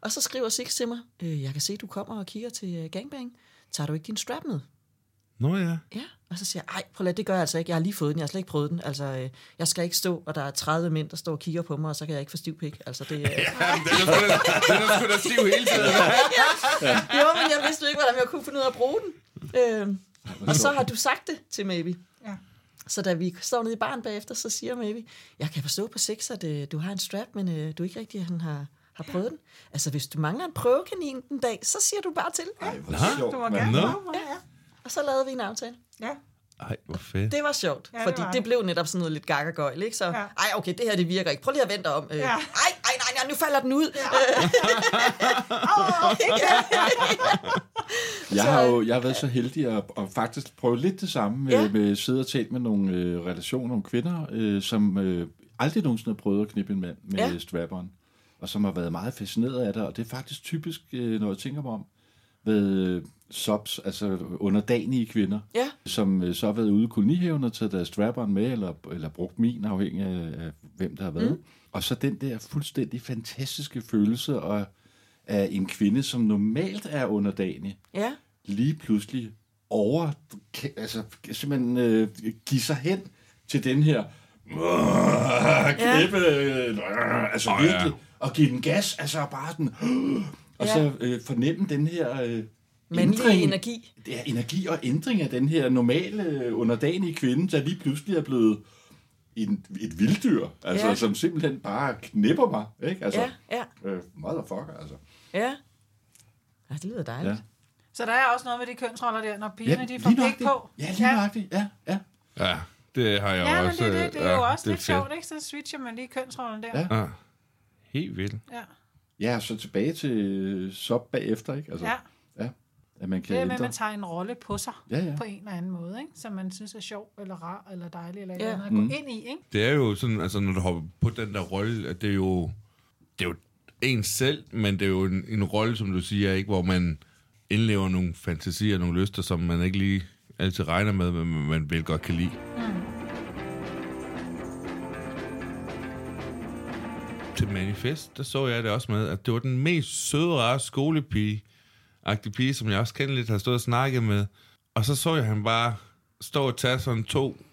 Og så skriver Six til mig, øh, jeg kan se, du kommer og kigger til øh, gangbang. Tager du ikke din strap med? Nå ja. Ja, og så siger jeg, ej, prøv at lade, det gør jeg altså ikke. Jeg har lige fået den, jeg har slet ikke prøvet den. Altså, øh, jeg skal ikke stå, og der er 30 mænd, der står og kigger på mig, og så kan jeg ikke få stiv pik. Altså, det, øh, Den er sgu da, den er sgu da stiv hele tiden. jo, men jeg vidste jo ikke, hvordan jeg kunne finde ud af at bruge den. Øh, og så har du sagt det til Maybe. Ja. Så da vi står nede i baren bagefter, så siger Maybe, jeg kan forstå på sex, at øh, du har en strap, men øh, du er ikke rigtig, han har, har prøvet den. Altså, hvis du mangler en prøvekanin den dag, så siger du bare til. Ej, hvor Du må sjovt, gerne mand. Nå. prøve, ja. Og så lavede vi en aftale. ja. Ej, hvor fedt. Det var sjovt, Ja, det ja, fordi var det, det. det blev netop sådan noget lidt gak og gøjl, ikke? Så, Ja. ja. ej, okay, det her det virker ikke. Prøv lige at vente om. Øh, Ja. ja. ej, ej, nej, nej, nu falder den ud. Ja. Øh, Jeg har jo jeg har været så heldig at, at faktisk prøve lidt det samme med, Ja. med sidde og tale med nogle øh, relationer, nogle kvinder, øh, som øh, aldrig nogensinde har prøvet at knippe en mand med ja. Ja. strapperen, og som har været meget fascineret af det, og det er faktisk typisk, øh, når jeg tænker mig om, ved øh, subs, altså underdanige kvinder, ja. som øh, så har været ude i kolonihaven og taget deres strapperen med, eller, eller brugt min, afhængig af, af hvem der har været. Mm. Og så den der fuldstændig fantastiske følelse af, af en kvinde, som normalt er underdanig, Ja, lige pludselig over, altså simpelthen øh, give sig hen til den her kæppe, øh, altså Åh, ja. virkelig, og give den gas, altså bare den, og så øh, fornemme den her øh, mandlig ændring. energi. Det er energi og ændring af den her normale, øh, underdanige kvinde, der lige pludselig er blevet en, et vilddyr, altså Ja. som simpelthen bare knipper mig, ikke? Altså, Ja, ja, øh, motherfucker, altså. ja. Ja, det lyder dejligt. Ja. Så der er også noget med de kønsroller der, når pigerne de får lige pik nøjagtigt. på. Ja, lige nøjagtigt. Ja, ja. Ja, det har jeg Ja, men også. det, er det, det er ja, jo også det lidt fedt. sjovt, ikke? Så switcher man lige kønsrollen der. Ja. Ja. Helt vildt. Ja. Ja, og så tilbage til sop bagefter, ikke? Altså, ja. ja. At man kan Det er med, ændre. at man tager en rolle på sig Ja, ja. på en eller anden måde, ikke? som man synes er sjov, eller rar, eller dejlig, eller Ja. ja. andet at gå mm. ind i. Ikke? Det er jo sådan, altså når du hopper på den der rolle, at det er jo, det er jo en selv, men det er jo en, en rolle, som du siger, ikke, hvor man indlever nogle fantasier, nogle lyster, som man ikke lige altid regner med, men man vel godt kan lide. Til Manifest, der så jeg det også med, at det var den mest søde, rare skolepige, agtig pige, som jeg også kendte lidt, har stået og snakket med. Og så så jeg ham bare stå og tage sådan to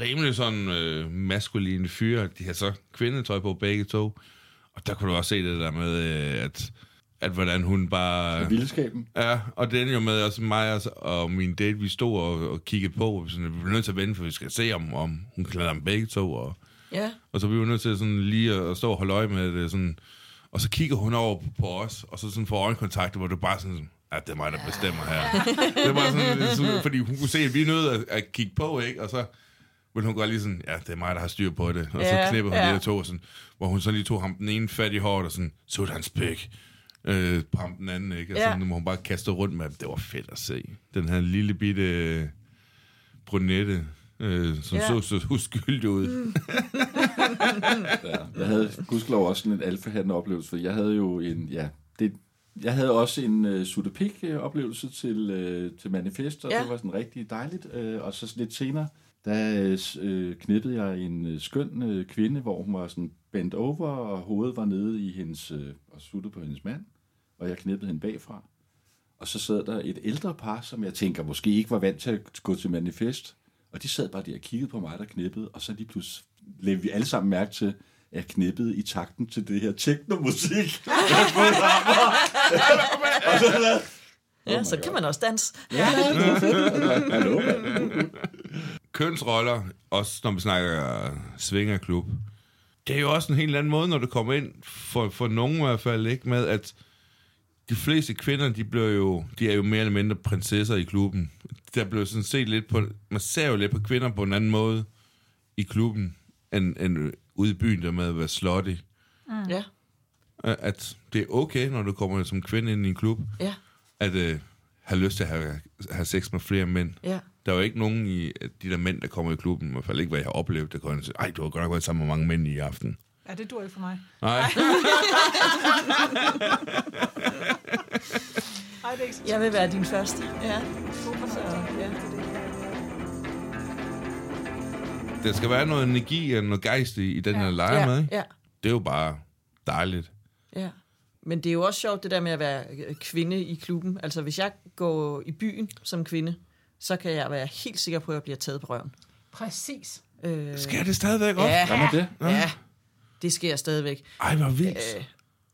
rimelig sådan øh, maskuline fyre. De har så kvindetøj på begge to. Og der kunne du også se det der med, øh, at, at hvordan hun bare... Vildskaben. Ja, og det endte jo med, også mig og, og min date, vi stod og, og kiggede på, og vi sådan, vi bliver nødt til at vente, for vi skal se, om, om hun klæder dem begge to, og, ja. og så blev vi nødt til sådan lige at, at stå og holde øje med det, sådan, og så kigger hun over på, på os, og så sådan får øjenkontakt, hvor du bare sådan, ja, det er mig, der bestemmer her. det var sådan, sådan, fordi hun kunne se, at vi nødt at, at kigge på, ikke? Og så ville hun godt lige sådan, ja, det er mig, der har styr på det. Og så Ja, knipper hun ja. lige to, og sådan, hvor hun så lige tog ham den ene fat i håret, og sådan, så hans pæk. Øh, på ham den anden, ikke? Og Ja. sådan, nu må hun bare kaste rundt med ham. Det var fedt at se. Den her lille bitte øh, brunette, øh, som Ja. så så uskyldig ud. Mm. Jeg havde gudskelov også sådan en alfahandende oplevelse, for jeg havde jo en, ja, det, jeg havde også en øh, sutepik øh, oplevelse til, øh, til manifest, og ja. Ja. det var sådan rigtig dejligt. Øh, og så sådan lidt senere, der øh, s- øh, knippede jeg en øh, skøn øh, kvinde, hvor hun var sådan bent over, og hovedet var nede i hendes, øh, og suttede på hendes mand, og jeg knippede hende bagfra. Og så sad der et ældre par, som jeg tænker måske ikke var vant til at gå til manifest. Og de sad bare der og kiggede på mig, der knippede. Og så lige pludselig lavede vi alle sammen mærke til, at jeg knippede i takten til det her teknomusik. Jeg havde fået fra mig. og så lavede ja så kan man også danse. Ja, det var fedt. Hallo, mand. kønsroller, også når vi snakker øh, svingerklub, det er jo også en helt anden måde, når du kommer ind, for, for nogen i hvert fald ikke, med at de fleste kvinder, de, bliver jo, de er jo mere eller mindre prinsesser i klubben. Der bliver sådan set lidt på, man ser jo lidt på kvinder på en anden måde i klubben, end, end ude i byen, der med at være slottig. Mm. Ja, At det er okay, når du kommer som kvinde ind i en klub, ja, at øh, have lyst til at have, have sex med flere mænd. ja. Der er jo ikke nogen i af de der mænd, der kommer i klubben, i hvert fald ikke, hvad jeg har oplevet, der kommer sige, ej, du har godt nok været sammen med mange mænd i aften. ja, det dur ikke for mig. Nej, Ej, det er ikke så Jeg vil være din første. Ja. Så, ja. der skal være noget energi og noget gejst i, i den her leje med, Ja, ikke? ja, Det er jo bare dejligt. ja. Men det er jo også sjovt, det der med at være øh, kvinde i klubben. Altså, hvis jeg går i byen som kvinde, så kan jeg være helt sikker på, at jeg bliver taget på røven. Præcis. Øh, Sker det stadigvæk op? ja, Gør man det? ja, det sker stadigvæk. Ej, hvor vildt. Øh,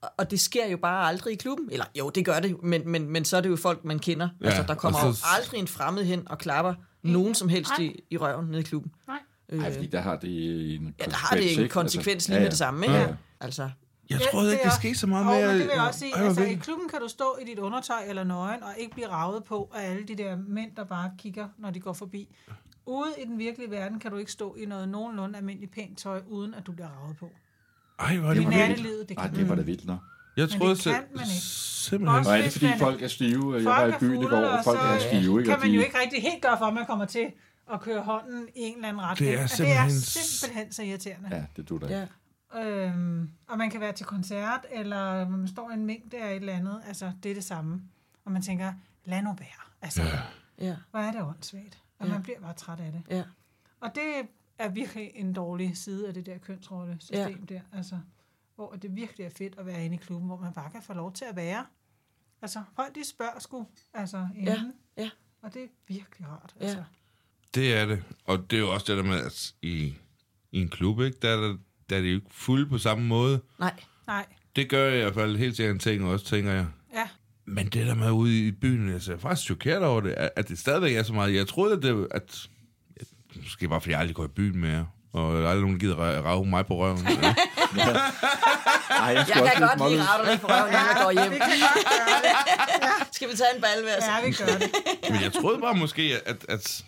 og- og det sker jo bare aldrig i klubben. Eller jo, det gør det, men, men, men så er det jo folk, man kender. Ja, Ja, altså, der kommer og jo så- aldrig en fremmed hen og klapper nogen som helst i, i røven nede i klubben. Nej. Øh, Ej, fordi der har det en konsekvens. ja, der har det en ikke? konsekvens Altså, lige med det samme, ikke? Ja, ja. Altså, Jeg Ja, troede ikke, er der også- skete så meget og, mere. Men det vil jeg også sige. Ej, hvor Altså, I vildt. klubben kan du stå i dit undertøj eller nøgen, og ikke blive ravet på af alle de der mænd, der bare kigger, når de går forbi. Ude i den virkelige verden kan du ikke stå i noget nogenlunde almindeligt pænt tøj, uden at du bliver ravet på. Ej, hvor er I det vildt. nattelivet, det Ej, kan det var da vildt nok. Jeg Men troede det kan selv- man ikke. simpelthen... Og er det, Hvis fordi man er- folk er stive? Jeg Folk var i er byen i går, fulde, og og folk så øh, er stive, ikke? kan Og man de- jo ikke rigtig helt gøre for, at man kommer til at køre hånden i en eller anden retning. Det er Og simpelthen- det er simpelthen så irriterende. Ja, det du da. ja. Øhm, og man kan være til koncert, eller man står i en mængde af et eller andet. Altså, det er det samme. Og man tænker, lad nu være. Altså, ja. Ja, hvor er det åndssvagt. Og ja. man bliver bare træt af det. ja. Og det er virkelig en dårlig side af det der kønsrollesystem ja. der. Altså, hvor det virkelig er fedt at være inde i klubben, hvor man bare kan få lov til at være. Altså, folk de spørger sgu, altså, inden. Ja, ja. Og det er virkelig rart. Ja. Altså. Det er det. Og det er jo også det der med, at i, i en klub, ikke, der, er der, der er det jo ikke fuldt på samme måde. Nej, Nej, Det gør jeg i hvert fald helt sikkert en ting også, tænker jeg. ja. Men det der med ude i byen, altså, jeg er faktisk chokeret over det, at at det stadigvæk er så meget. Jeg troede, at det at, måske bare fordi jeg aldrig går i byen mere, og der er aldrig nogen, der gider ra- rave mig på røven. Ja. Ej, jeg, jeg skulle også kan godt småløs. lide rette dig på røven, når jeg går hjem. Vi kan godt gøre det. Skal vi tage en balle hver? Ja, vi gør det. Men jeg troede bare måske, at, at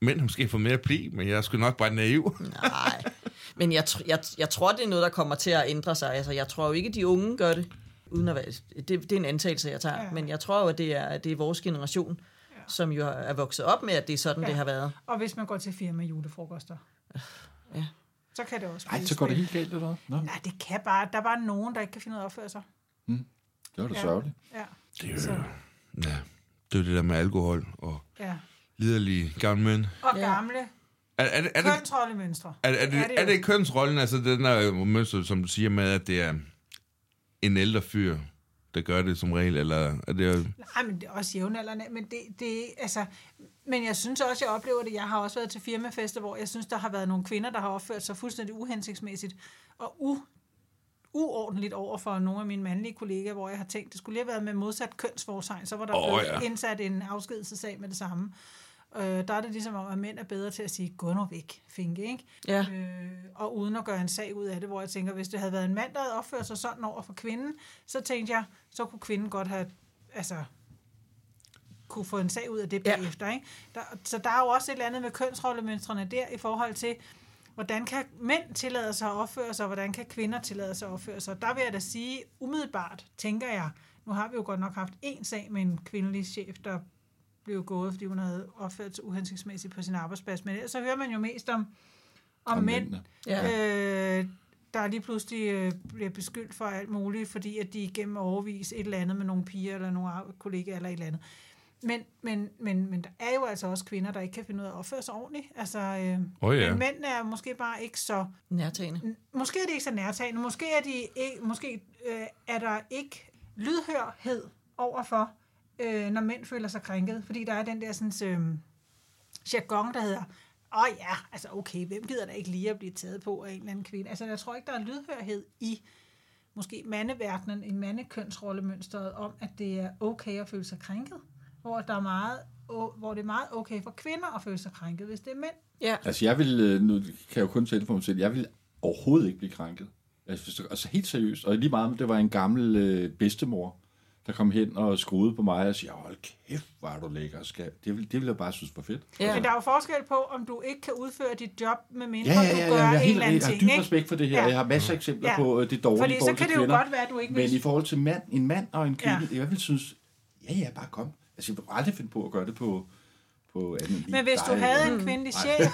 mænd har måske får mere pli, men jeg er sgu nok bare naiv. Nej. Men jeg, tr- jeg, jeg tror, det er noget, der kommer til at ændre sig. Altså, jeg tror jo ikke, de unge gør det. Uden at være, det, det er en antagelse, jeg tager. Ja. Ja. Men jeg tror jo, at det er, at det er vores generation, ja. som jo er vokset op med, at det er sådan, ja. det har været. Og hvis man går til firma julefrokoster, Ja. så kan det også Ej, blive så går det spændende. helt galt, eller hvad? Nå, Nej, det kan bare. Der er bare nogen, der ikke kan finde ud af at opføre sig. det var da Ja. sørgeligt. Ja, Det er Så. jo ja, det, er jo det der med alkohol og ja. liderlige gamle mænd. Og Ja. gamle Er, er, det, er, det, kønsrollemønstre. Er, er, det, er, det, er det kønsrollen, altså den der mønster, som du siger med, at det er en ældre fyr, der gør det som regel, eller er det... Nej, men det er også jævnaldrende. Men, det, det, er- altså, men jeg synes også, jeg oplever det. Jeg har også været til firmafester, hvor jeg synes, der har været nogle kvinder, der har opført sig fuldstændig uhensigtsmæssigt og u, uordentligt over for nogle af mine mandlige kollegaer, hvor jeg har tænkt, det skulle lige have været med modsat kønsforsegn, så var der Åh, oh, ja. ja. indsat en afskedelsesag med det samme. Øh, der er det ligesom om, at mænd er bedre til at sige, gå nu væk, Finke, ikke? Ja. Øh, og uden at gøre en sag ud af det, hvor jeg tænker, hvis det havde været en mand, der havde opført sig sådan over for kvinden, så tænkte jeg, så kunne kvinden godt have, altså, kunne få en sag ud af det Ja. bagefter. Ikke? Der, så der er jo også et eller andet med kønsrollemønstrene der i forhold til, hvordan kan mænd tillade sig at opføre sig, og hvordan kan kvinder tillade sig at opføre sig. Der vil jeg da sige, umiddelbart tænker jeg, nu har vi jo godt nok haft en sag med en kvindelig chef, der blev gået, fordi hun havde opført sig uhensigtsmæssigt på sin arbejdsplads. Men ellers så hører man jo mest om, om, Om om mænd, mændene. Ja. øh, der lige pludselig øh, bliver beskyldt for alt muligt, fordi at de igennem overvis et eller andet med nogle piger eller nogle ar- kollegaer eller et eller andet. Men, men, men, men der er jo altså også kvinder, der ikke kan finde ud af at opføre sig ordentligt. Altså, øh, Åh ja. Men mænd er måske bare ikke så... Nærtagende. Måske er de ikke så nærtagende. Måske er, de ikke, måske, øh, er der ikke lydhørhed overfor, øh, når mænd føler sig krænket. Fordi der er den der sådan, øh, jargon, der hedder, åh oh ja, altså okay, hvem gider da ikke lige at blive taget på af en eller anden kvinde? Altså jeg tror ikke, der er lydhørhed i måske mandeverdenen, i mandekønsrollemønstret, om at det er okay at føle sig krænket. Hvor, der er meget, å- hvor det er meget okay for kvinder at føle sig krænket, hvis det er mænd. Ja. Altså, jeg vil, øh, nu kan jeg jo kun tale for mig selv, jeg vil overhovedet ikke blive krænket. Altså, hvis det- altså helt seriøst. Og lige meget om det var en gammel øh, bedstemor, der kom hen og skruede på mig og siger, hold kæft, hvor er du lækker, skat. Det ville, det ville jeg bare synes var fedt. Ja. Men der er jo forskel på, om du ikke kan udføre dit job, medmindre Ja, ja, ja, du gør ja, jeg, en helt, eller anden jeg har ting. dyb ikke? respekt for det her. Ja. Ja. Jeg har masser af eksempler Ja. ja. på øh, det dårlige Fordi i så forhold kan til det jo kvinder. godt være, at du ikke Men vil- i forhold til mand, en mand og en kvinde, Ja. ja. jeg vil synes, ja, ja, bare kom. Altså, jeg vil aldrig finde på at gøre det på, på anden end lige Men hvis du dig, havde eller- en Mm. kvindelig chef,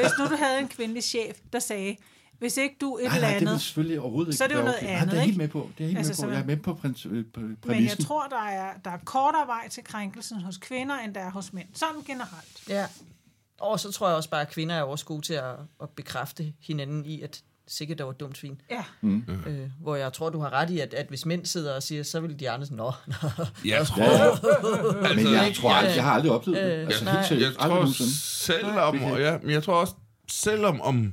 hvis nu du havde en kvindelig chef, der sagde, hvis ikke du et Nej, eller nej, det vil andet, selvfølgelig overhovedet ikke Så er det jo være noget okay. andet, Nej, det er jeg helt ikke? med på. Det er jeg helt Altså, med så på. Jeg er man- med på prins, øh, pr- men præmissen. jeg tror, der er, der er kortere vej til krænkelsen hos kvinder, end der er hos mænd. Sådan generelt. ja. Og så tror jeg også bare, at kvinder er også gode til at, at bekræfte hinanden i, at sikkert dog et dumt svin. Ja, Mm. Øh, hvor jeg tror, du har ret i, at, at hvis mænd sidder og siger, så vil de andre sådan, nå, nå. Jeg tror, Ja, altså, men jeg jeg, tror aldrig, jeg har aldrig oplevet det. Øh, Altså, nej. helt til, jeg aldrig tror nogensinde. selvom, og ja, men jeg tror også, selvom om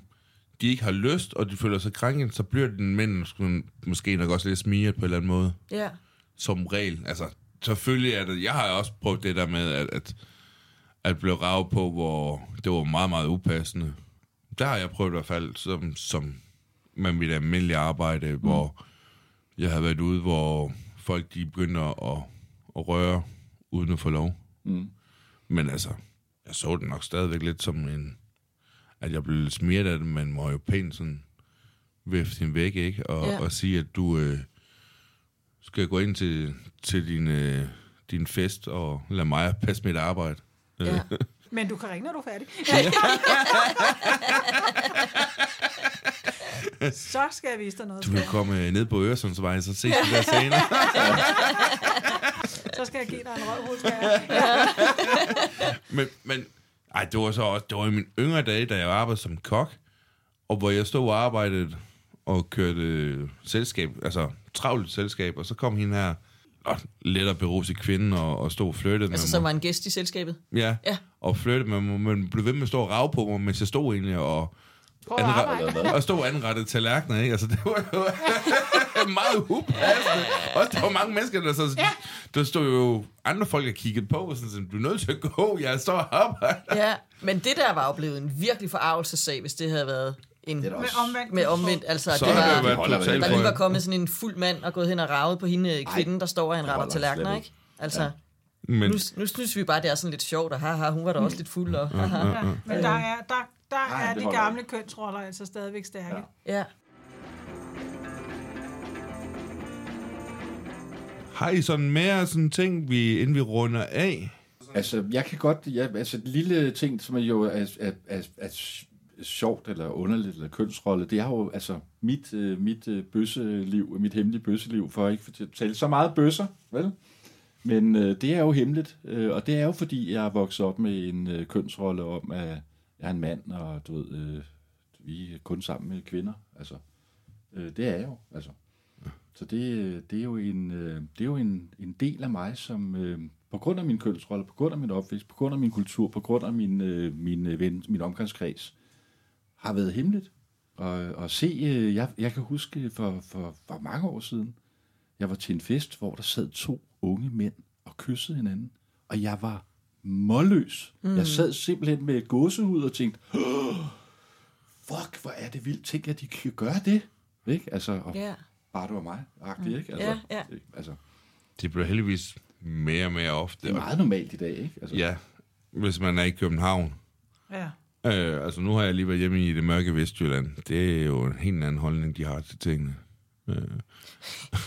de ikke har lyst, og de føler sig krænket, så bliver den mænd sgu- måske nok også lidt smigret på en eller anden måde. Ja, som regel. Altså, selvfølgelig er det... Jeg har også prøvet det der med, at, at, at blive ravet på, hvor det var meget, meget upassende. Der har jeg prøvet i hvert fald, som, som med mit almindelige arbejde, mm. hvor jeg har været ude, hvor folk de begynder at, at røre uden at få lov. Mm. Men altså, jeg så det nok stadigvæk lidt som en... At jeg blev lidt smidt af det, men må jo pænt sådan vifte sin væk, ikke? Og, Ja. ja. og sige, at du øh, skal gå ind til, til din, øh, din fest og lad mig passe mit arbejde. ja. men du kan ringe, når du er færdig. så skal jeg vise dig noget. Du kan komme øh, ned på Øresundsvejen, så ses vi der senere. Så skal jeg give dig en rød hovedskære. men, men ej, det var så også, det var i mine yngre dage, da jeg arbejdede som kok, og hvor jeg stod og arbejdede og kørte øh, selskab, altså travlt selskab, og så kom hende her, og lidt og beruset kvinde, og, og stod og flyttede Altså, med som mig. var en gæst i selskabet. Ja, Ja. og flyttede med mig, men blev ved med at stå og rave på mig, mens jeg stod egentlig og, Prøv at Anre- arbejde. og stod anrettet tallerkener, ikke? Altså, det var jo meget upassende. Og der var mange mennesker, der så... Ja. Der stod jo andre folk, der kiggede på, og sådan, sådan, du er nødt til at gå, jeg står og arbejder. Ja, men det der var jo blevet en virkelig forarvelsessag, hvis det havde været en... Det er da Med også... omvendt. med omvendt, altså, Så det har det var, jo været holder vel totalt der lige var for... kommet sådan en fuld mand og gået hen og ravet på hende øh, kvinden, der står og en retter holder tallerkener, slet ikke? Altså, Men nu, nu synes vi bare, det er sådan lidt sjovt, og haha, hun var da også lidt fuld, og haha. Ja, men der er, der, der Ej, er det de holder gamle kønsroller altså stadigvæk stærke. Ja. Ja. Ja. har I sådan mere sådan ting, vi, inden vi runder af? Altså, jeg kan godt... Ja, altså, en lille ting, som er jo er, er, er, er sjovt eller underligt eller kønsrolle, det er jo altså mit, øh, mit øh, bøsseliv, mit hemmelige bøsseliv, for ikke at tale så meget bøsser, vel? Men øh, det er jo hemmeligt, øh, og det er jo fordi, jeg er vokset op med en øh, kønsrolle om, at jeg er en mand, og du ved, øh, vi er kun sammen med kvinder. Altså, øh, det er jeg jo, altså. Så det, øh, det er jo, en, øh, det er jo en, en del af mig, som øh, på grund af min kønsrolle, på grund af min opvækst, på grund af min kultur, på grund af min, øh, min, øh, ven, min omgangskreds, har været hemmeligt. Og, og se, øh, jeg, jeg kan huske for, for, for mange år siden, jeg var til en fest, hvor der sad to unge mænd og kyssede hinanden. Og jeg var målløs. Mm. Jeg sad simpelthen med et gåsehud og tænkte, "Åh, fuck, hvor er det vildt, tænk, at de kan gøre det. Ikke? Altså, og Ja. bare du og mig, agtigt, ikke? Altså, Mm. Ja, ja. Det, altså, Det bliver heldigvis mere og mere ofte. det er meget normalt i dag, ikke? Altså, Ja, hvis man er i København. Ja. Øh, altså, nu har jeg lige været hjemme i det mørke Vestjylland. Det er jo en helt anden holdning, de har til tingene. Øh.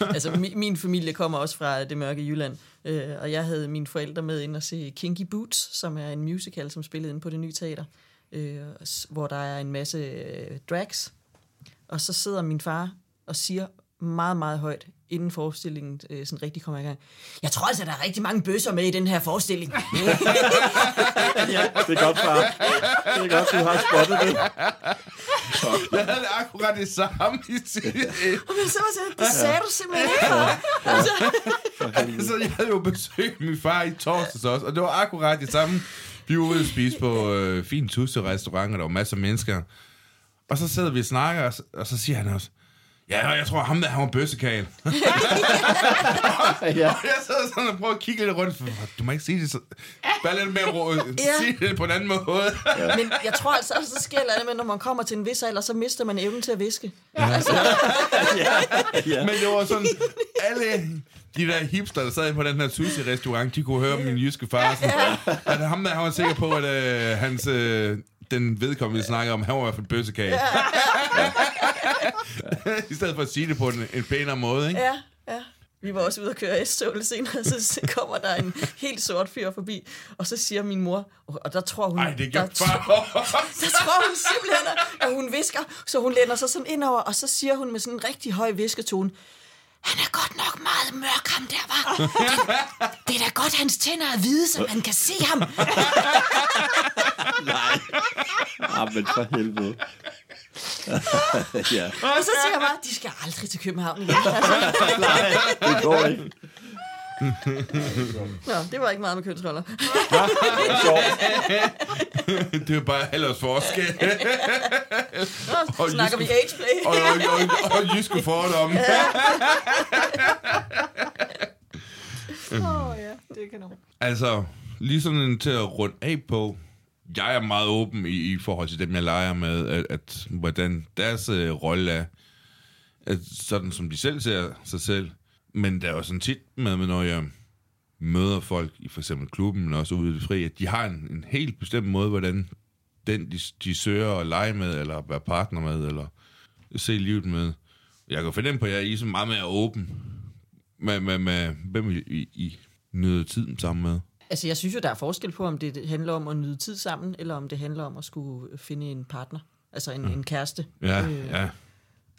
Altså, mi- min familie kommer også fra det mørke Jylland, øh, og jeg havde mine forældre med ind og se Kinky Boots, som er en musical, som spillede inde på det nye teater, øh, s- hvor der er en masse øh, drags. Og så sidder min far og siger meget, meget højt, inden forestillingen øh, sådan rigtig kommer i gang. Jeg tror altså, der er rigtig mange bøsser med i den her forestilling. det er godt, far. Det er godt, du har spottet det. Jeg havde akkurat det samme i sin- Men så var jeg sådan, det sagde du simpelthen ikke, far. Altså, Så jeg havde jo besøgt min far i torsdags også, og det var akkurat det samme. Vi var ude at spise på øh, fin tusse-restaurant, og der var masser af mennesker. Og så sidder vi og snakker, og, s- og så siger han også, ja, og jeg tror, ham der, han var bøssekagel. Ja. Og jeg sad sådan og prøvede at kigge lidt rundt, for du må ikke sige det så... Bare lidt mere ro, sige det på en anden måde. Men jeg tror altså, også, der sker et eller andet, men når man kommer til en vis alder, så mister man evnen til at viske. Men det var sådan, alle de der hipster, der sad inde på den her sushi-restaurant, de kunne høre min jyske far. Sådan, at ham der, han var sikker på, at øh, hans, øh, den vedkommende, vi snakker om, han var i hvert fald bøssekage. I stedet for at sige det på en, en pænere måde, ikke? Ja, ja. Vi var også ude at køre S-tog lidt senere, så så kommer der en helt sort fyr forbi, og så siger min mor, og der tror hun... Nej, det der, gjorde far der tror hun simpelthen, at- at hun visker, så hun lænder sig sådan indover, og så siger hun med sådan en rigtig høj visketone, han er godt nok meget mørk, ham der, var. Det, det er da godt, hans tænder er hvide, så man kan se ham. Ah, men for helvede. ja. Og så siger jeg bare, de skal aldrig til København igen. Nej, det går ikke. Nå, det var ikke meget med kønsroller. det er bare ellers forskel. Så Og snakker vi jyske- ageplay. og, og, og, og jyske fordomme. Åh oh, ja, det kan nogen. Altså, lige sådan en til at runde af på, jeg er meget åben i, i forhold til dem, jeg leger med, at, at hvordan deres øh, rolle er, at, sådan som de selv ser sig selv. Men der er jo sådan tit med, med, når jeg møder folk i for eksempel klubben, men også ude i det fri, at de har en, en helt bestemt måde, hvordan den, de, de søger at lege med, eller være partner med, eller se livet med. Jeg kan fornemme på jer, at I er så meget mere åben med, med, med hvem I, I, I nyder tiden sammen med. Altså, jeg synes jo, der er forskel på, om det handler om at nyde tid sammen, eller om det handler om at skulle finde en partner. Altså en, en kæreste. Ja, Øh, ja.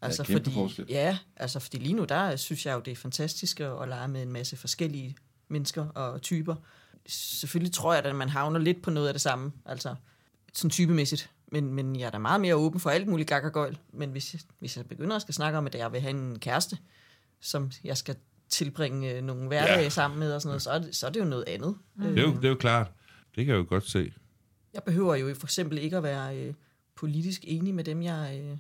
Altså, kæmpe fordi, forskel. Ja, altså fordi lige nu, der synes jeg jo, det er fantastisk at, at lege med en masse forskellige mennesker og typer. Selvfølgelig tror jeg, at man havner lidt på noget af det samme, altså sådan typemæssigt. Men, men jeg er da meget mere åben for alt muligt gak og gøjl. Men hvis jeg, hvis jeg begynder at skal snakke om, at jeg vil have en kæreste, som jeg skal tilbringe øh, nogle hverdage Ja. ja. sammen med og sådan noget, så er det, så er det jo noget andet. Det er, jo, det er jo klart. Det kan jeg jo godt se. Jeg behøver jo for eksempel ikke at være øh, politisk enig med dem, jeg... Øh,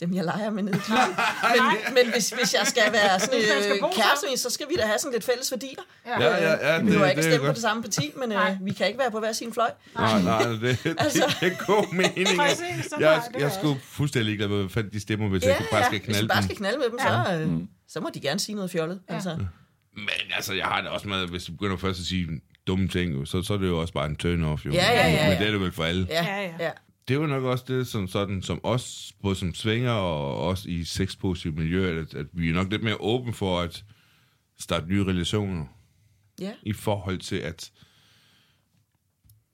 dem, jeg leger med nede i klubben. men, men hvis, hvis jeg skal være sådan, Hvis man skal øh, bo sammen. kæreste, med, så skal vi da have sådan lidt fælles værdier. Ja, ja, ja. Vi behøver ikke det, at det er stemme på det godt. samme parti, men Nej. øh, vi kan ikke være på hver sin fløj. Nej, nej, det, det, Altså. det er god mening. Præcis, sådan Jeg, har jeg det jeg også. skulle fuldstændig ikke lade være, hvad fanden de stemmer, hvis ja, jeg bare skal Hvis vi knalde bare dem. skal knalde med dem, så, øh, så må de gerne sige noget fjollet. Ja. Mm. Altså, Men altså, jeg har det også med, hvis du begynder først at sige dumme ting, jo, så, så er det jo også bare en turn-off. Jo. Ja, ja, ja, ja. Men det er det vel for alle. ja, Ja, ja. ja. ja. Det var nok også det, som, sådan, som os, både som svinger og også i sexpositive miljøer, at, at vi er nok lidt mere åbne for at starte nye relationer. ja. i forhold til, at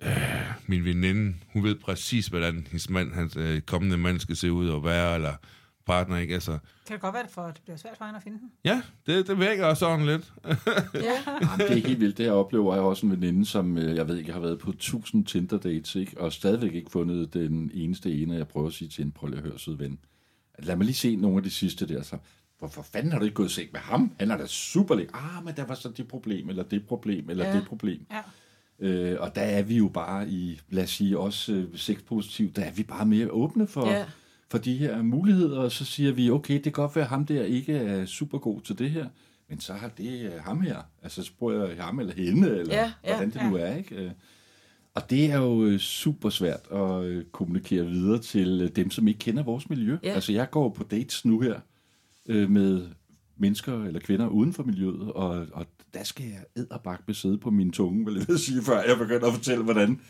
øh, min veninde, hun ved præcis, hvordan hendes mand, hans øh, kommende mand skal se ud og være, eller partner, ikke? Altså, Kan det godt være, for, at det bliver svært for hende at finde den? ja, det, det vækker også sådan lidt. Jamen, det er helt vildt. Det her oplever jeg også en veninde, som øh, jeg ved ikke har været på 1000 Tinder-dates, ikke? og stadigvæk ikke fundet den eneste ene, jeg prøver at sige til hende, prøv lige at høre, søde ven. Lad mig lige se nogle af de sidste der, så hvorfor fanden har du ikke gået i seng med ham? Han er da super lækker. Ah, men der var så det problem, eller det problem, eller ja. det problem. Ja. Øh, og der er vi jo bare i, lad os sige, også øh, sexpositivt, der er vi bare mere åbne for, Ja. ja. for de her muligheder, og så siger vi, okay, det kan godt være, at ham der ikke er super god til det her, men så har det øh, ham her. Altså, så bruger jeg ham eller hende, eller Ja, ja, ja, ja, hvordan det nu er, ikke? Øh, Og det er jo øh, super svært at øh, kommunikere videre til øh, dem, som ikke kender vores miljø. Ja. Altså, jeg går på dates nu her øh, med mennesker eller kvinder uden for miljøet, og, og der skal jeg edderbakme sidde på min tunge, vil jeg lige sige, før jeg begynder at fortælle, hvordan,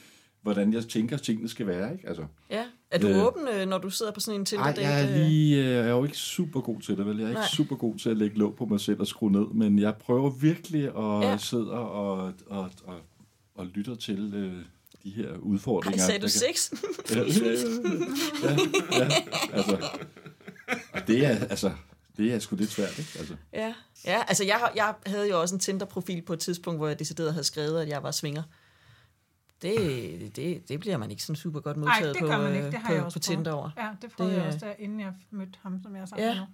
hvordan jeg tænker, tingene skal være. Ikke? Altså, ja. Er du Øh. åben, øh, når du sidder på sådan en ej, Tinder-date? jeg er, øh? lige, øh, jeg er jo ikke super god til det, vel? Jeg er ikke Nej. super god til at lægge låg på mig selv og skrue ned, men jeg prøver virkelig at Ja. ja. sidde og, og, og, og, og lytte til øh, de her udfordringer. Ej, sagde du der kan- sex? Ja, ja, ja, ja, altså, og det er, altså, det er sgu lidt svært, ikke? Altså. Ja, ja altså jeg, har- jeg havde jo også en Tinder-profil på et tidspunkt, hvor jeg decideret havde skrevet, at jeg var svinger. Det, det, det bliver man ikke sådan super godt Nej, modtaget det gør på, man øh, ikke. Det har på, jeg også på Tinder over. prøvet. Ja, det prøvede Det det, jeg er- også, der, inden jeg mødte ham, som jeg har sagt ja. Ja. nu.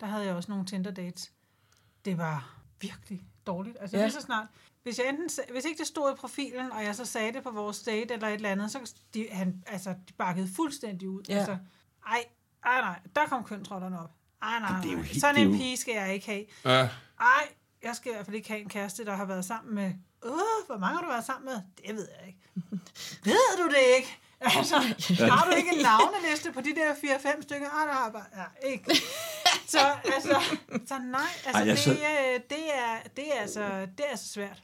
Der havde jeg også nogle Tinder-dates. Det var virkelig dårligt. Altså Ja. ja. lige så snart. Hvis, jeg enten, sa- hvis ikke det stod i profilen, og jeg så sagde det på vores date eller et eller andet, så de, han, altså, de bakkede fuldstændig ud. Ja. Ja. Altså, ej, ej, nej, der kom kønsrotterne op. Ej, nej, det er jo nej. helt- sådan det er en jo- pige skal jeg ikke have. Ja, Ej, jeg skal i hvert fald ikke have en kæreste, der har været sammen med... Øh, hvor mange har du været sammen med? Det ved jeg ikke. Ved du det ikke? Altså, har du ikke en navneliste på de der 4-5 stykker? Ej, der har jeg bare... Ja, ikke. Så, altså, så nej, altså, Ej, jeg Ej, det, sad- øh, det, er, det, er altså, det er altså svært.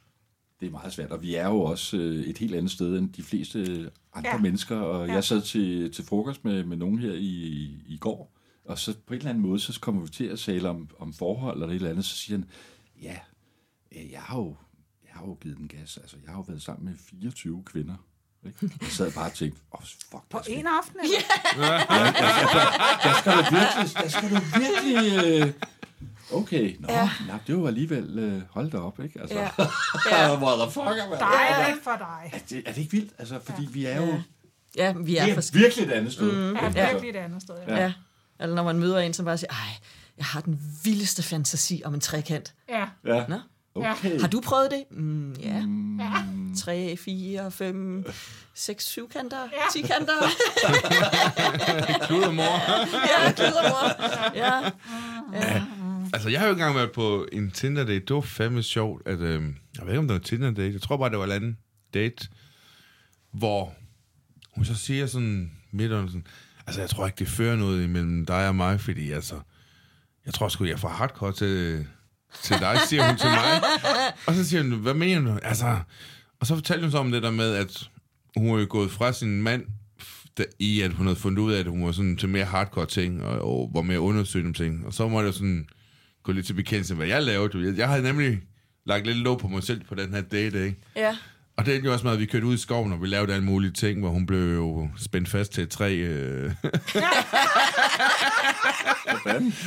Det er meget svært, og vi er jo også øh, et helt andet sted end de fleste øh, andre Ja. ja. mennesker, og Ja. ja. jeg sad til, til frokost med, med nogen her i, i går, og så på en eller anden måde, så kommer vi til at tale om, om forhold eller et eller andet, så siger han, ja, øh, jeg har jo, jeg har jo givet den gas, altså jeg har jo været sammen med 24 kvinder. Ikke? Jeg sad bare og tænkte, åh, oh, fuck, På der skal, en aften, eller? Yeah. der skal du virkelig, der skal du virkelig, øh, okay, nå, ja. nå, det var alligevel, øh, hold da op, ikke? Altså, Ja. ja. motherfucker, man. Der er ikke for dig. Er det, er det ikke vildt? Altså, fordi ja. vi er jo... Ja, vi Det er er forskellige. virkelig et andet sted. Mm. Ja, virkelig et andet sted. Ja. Ja. ja. Eller når man møder en, som bare siger, ej, jeg har den vildeste fantasi om en trekant. ja. Ja. Nå? Okay. Har du prøvet det? Mm, ja. Mm. 3, 4, 5, 6, 7 kanter, ja. 10 kanter. Klud og mor. ja, kludermor. Ja. Altså, jeg har jo engang været på en Tinder-date. Det var fandme sjovt, at... Øh, jeg ved ikke, om det var en Tinder-date. Jeg tror bare, det var en anden date, hvor hun så siger sådan midt under sådan... Altså, jeg tror ikke, det fører noget imellem dig og mig, fordi altså... Jeg tror sgu, jeg er for hardcore til, til dig, siger hun til mig. Og så siger hun, hvad mener du? Altså, og så fortalte hun så om det der med, at hun var jo gået fra sin mand, f- da- i at hun havde fundet ud af, at hun var sådan til mere hardcore ting, og, og var mere undersøgende ting. Og så var det jo sådan, gå lidt til bekendelse, hvad jeg lavede. du ved. Jeg havde nemlig lagt lidt låg på mig selv på den her date, ikke? ja. Og det endte jo også med, at vi kørte ud i skoven, og vi lavede alle mulige ting, hvor hun blev jo spændt fast til et træ. Øh.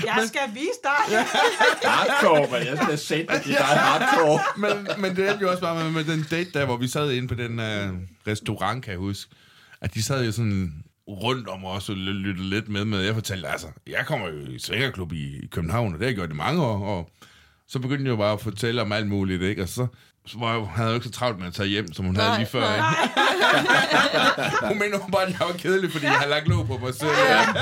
Jeg skal vise dig. Ja. Hardcore, men jeg skal sætte dig til dig hardcore. men, men det endte jo også bare med, med den date der, hvor vi sad inde på den øh, restaurant, kan jeg huske. At de sad jo sådan rundt om os og ly- lyttede lidt med, med. Jeg fortalte, altså, jeg kommer jo i svingerklub i, i København, og det har jeg gjort i mange år. Og så begyndte jeg jo bare at fortælle om alt muligt, ikke? Og så, så var jeg, jo- havde jeg jo ikke så travlt med at tage hjem, som hun nej, havde Nej, lige før. Ikke? hun mener jo bare, at jeg var kedelig, fordi jeg havde lagt låg på mig selv. Jeg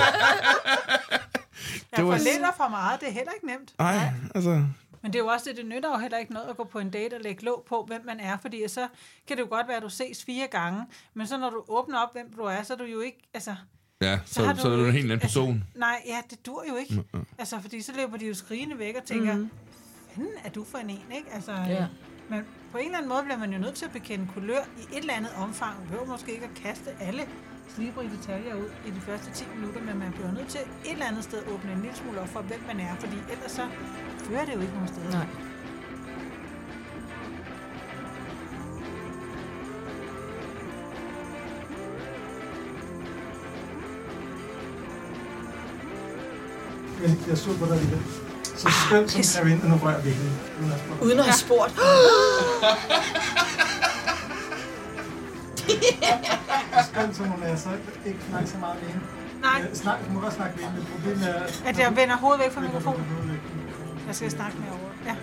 var- var... forlænder for meget, det er heller ikke nemt. Nej, altså... Men det er jo også det, det nytter jo heller ikke noget at gå på en date og lægge låg på, hvem man er, fordi så kan det jo godt være, at du ses fire gange, men så når du åbner op, hvem du er, så er du jo ikke, altså... Ja, så, så, har så er du jo en ikke- helt anden person. Altså, nej, ja, det dur jo ikke. Altså, fordi så løber de jo skrigende væk og tænker, mm. fanden er du for en en, ikke? Altså, Ja. Men på en eller anden måde bliver man jo nødt til at bekende kulør i et eller andet omfang. Man behøver måske ikke at kaste alle slibrige detaljer ud i de første 10 minutter, men man bliver nødt til et eller andet sted at åbne en lille smule op for, hvem man er, fordi ellers så fører det jo ikke nogen steder. Nej. Men jeg så på dig alligevel. Så Ah, skøn som pis. Karin, og nu rører vi ikke. Uden at spørge. Uden at have spurgt. Skøn som hun er, så ikke snakke så meget med hende. Nej, Øh, Snak, hun må godt snakke med hende, men problemet er... at- at jeg vender hovedet væk fra Problemet er, at hun mikrofonen. kan høre det. Jeg skal snakke med over. Ja.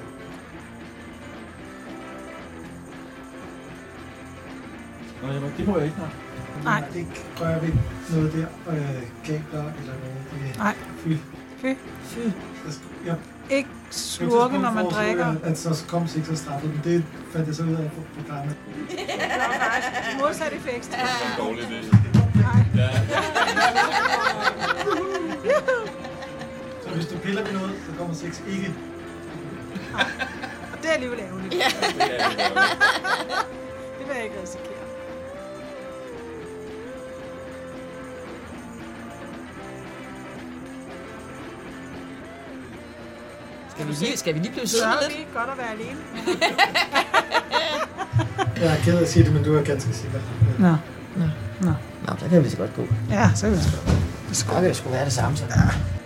Nå, jamen, det må jeg ikke. nå. Nej, Ikke rører vi noget der, øh, gabler eller noget. Det, nej. Fy. Fy. Fy. Jeg sk- jeg- Ikke på et slurke, tidspunkt når man foreslog drikker. jeg, At så kom sig ikke så straffet, men det fandt jeg så ud af på programmet. Modsat effekt. Dårligt, det. Så hvis du piller ved noget, så kommer sex ikke. Og det er alligevel ærgerligt. Ja. Det vil jeg ikke risikere. Skal vi lige, skal vi lige blive Så siddende er lidt? det godt at være alene. Jeg er ked af at sige det, men du er ganske sikker. Nå. Nå, der kan vi så godt gå. Ja, så er det Så kan det sgu være det samme. Så. Ja.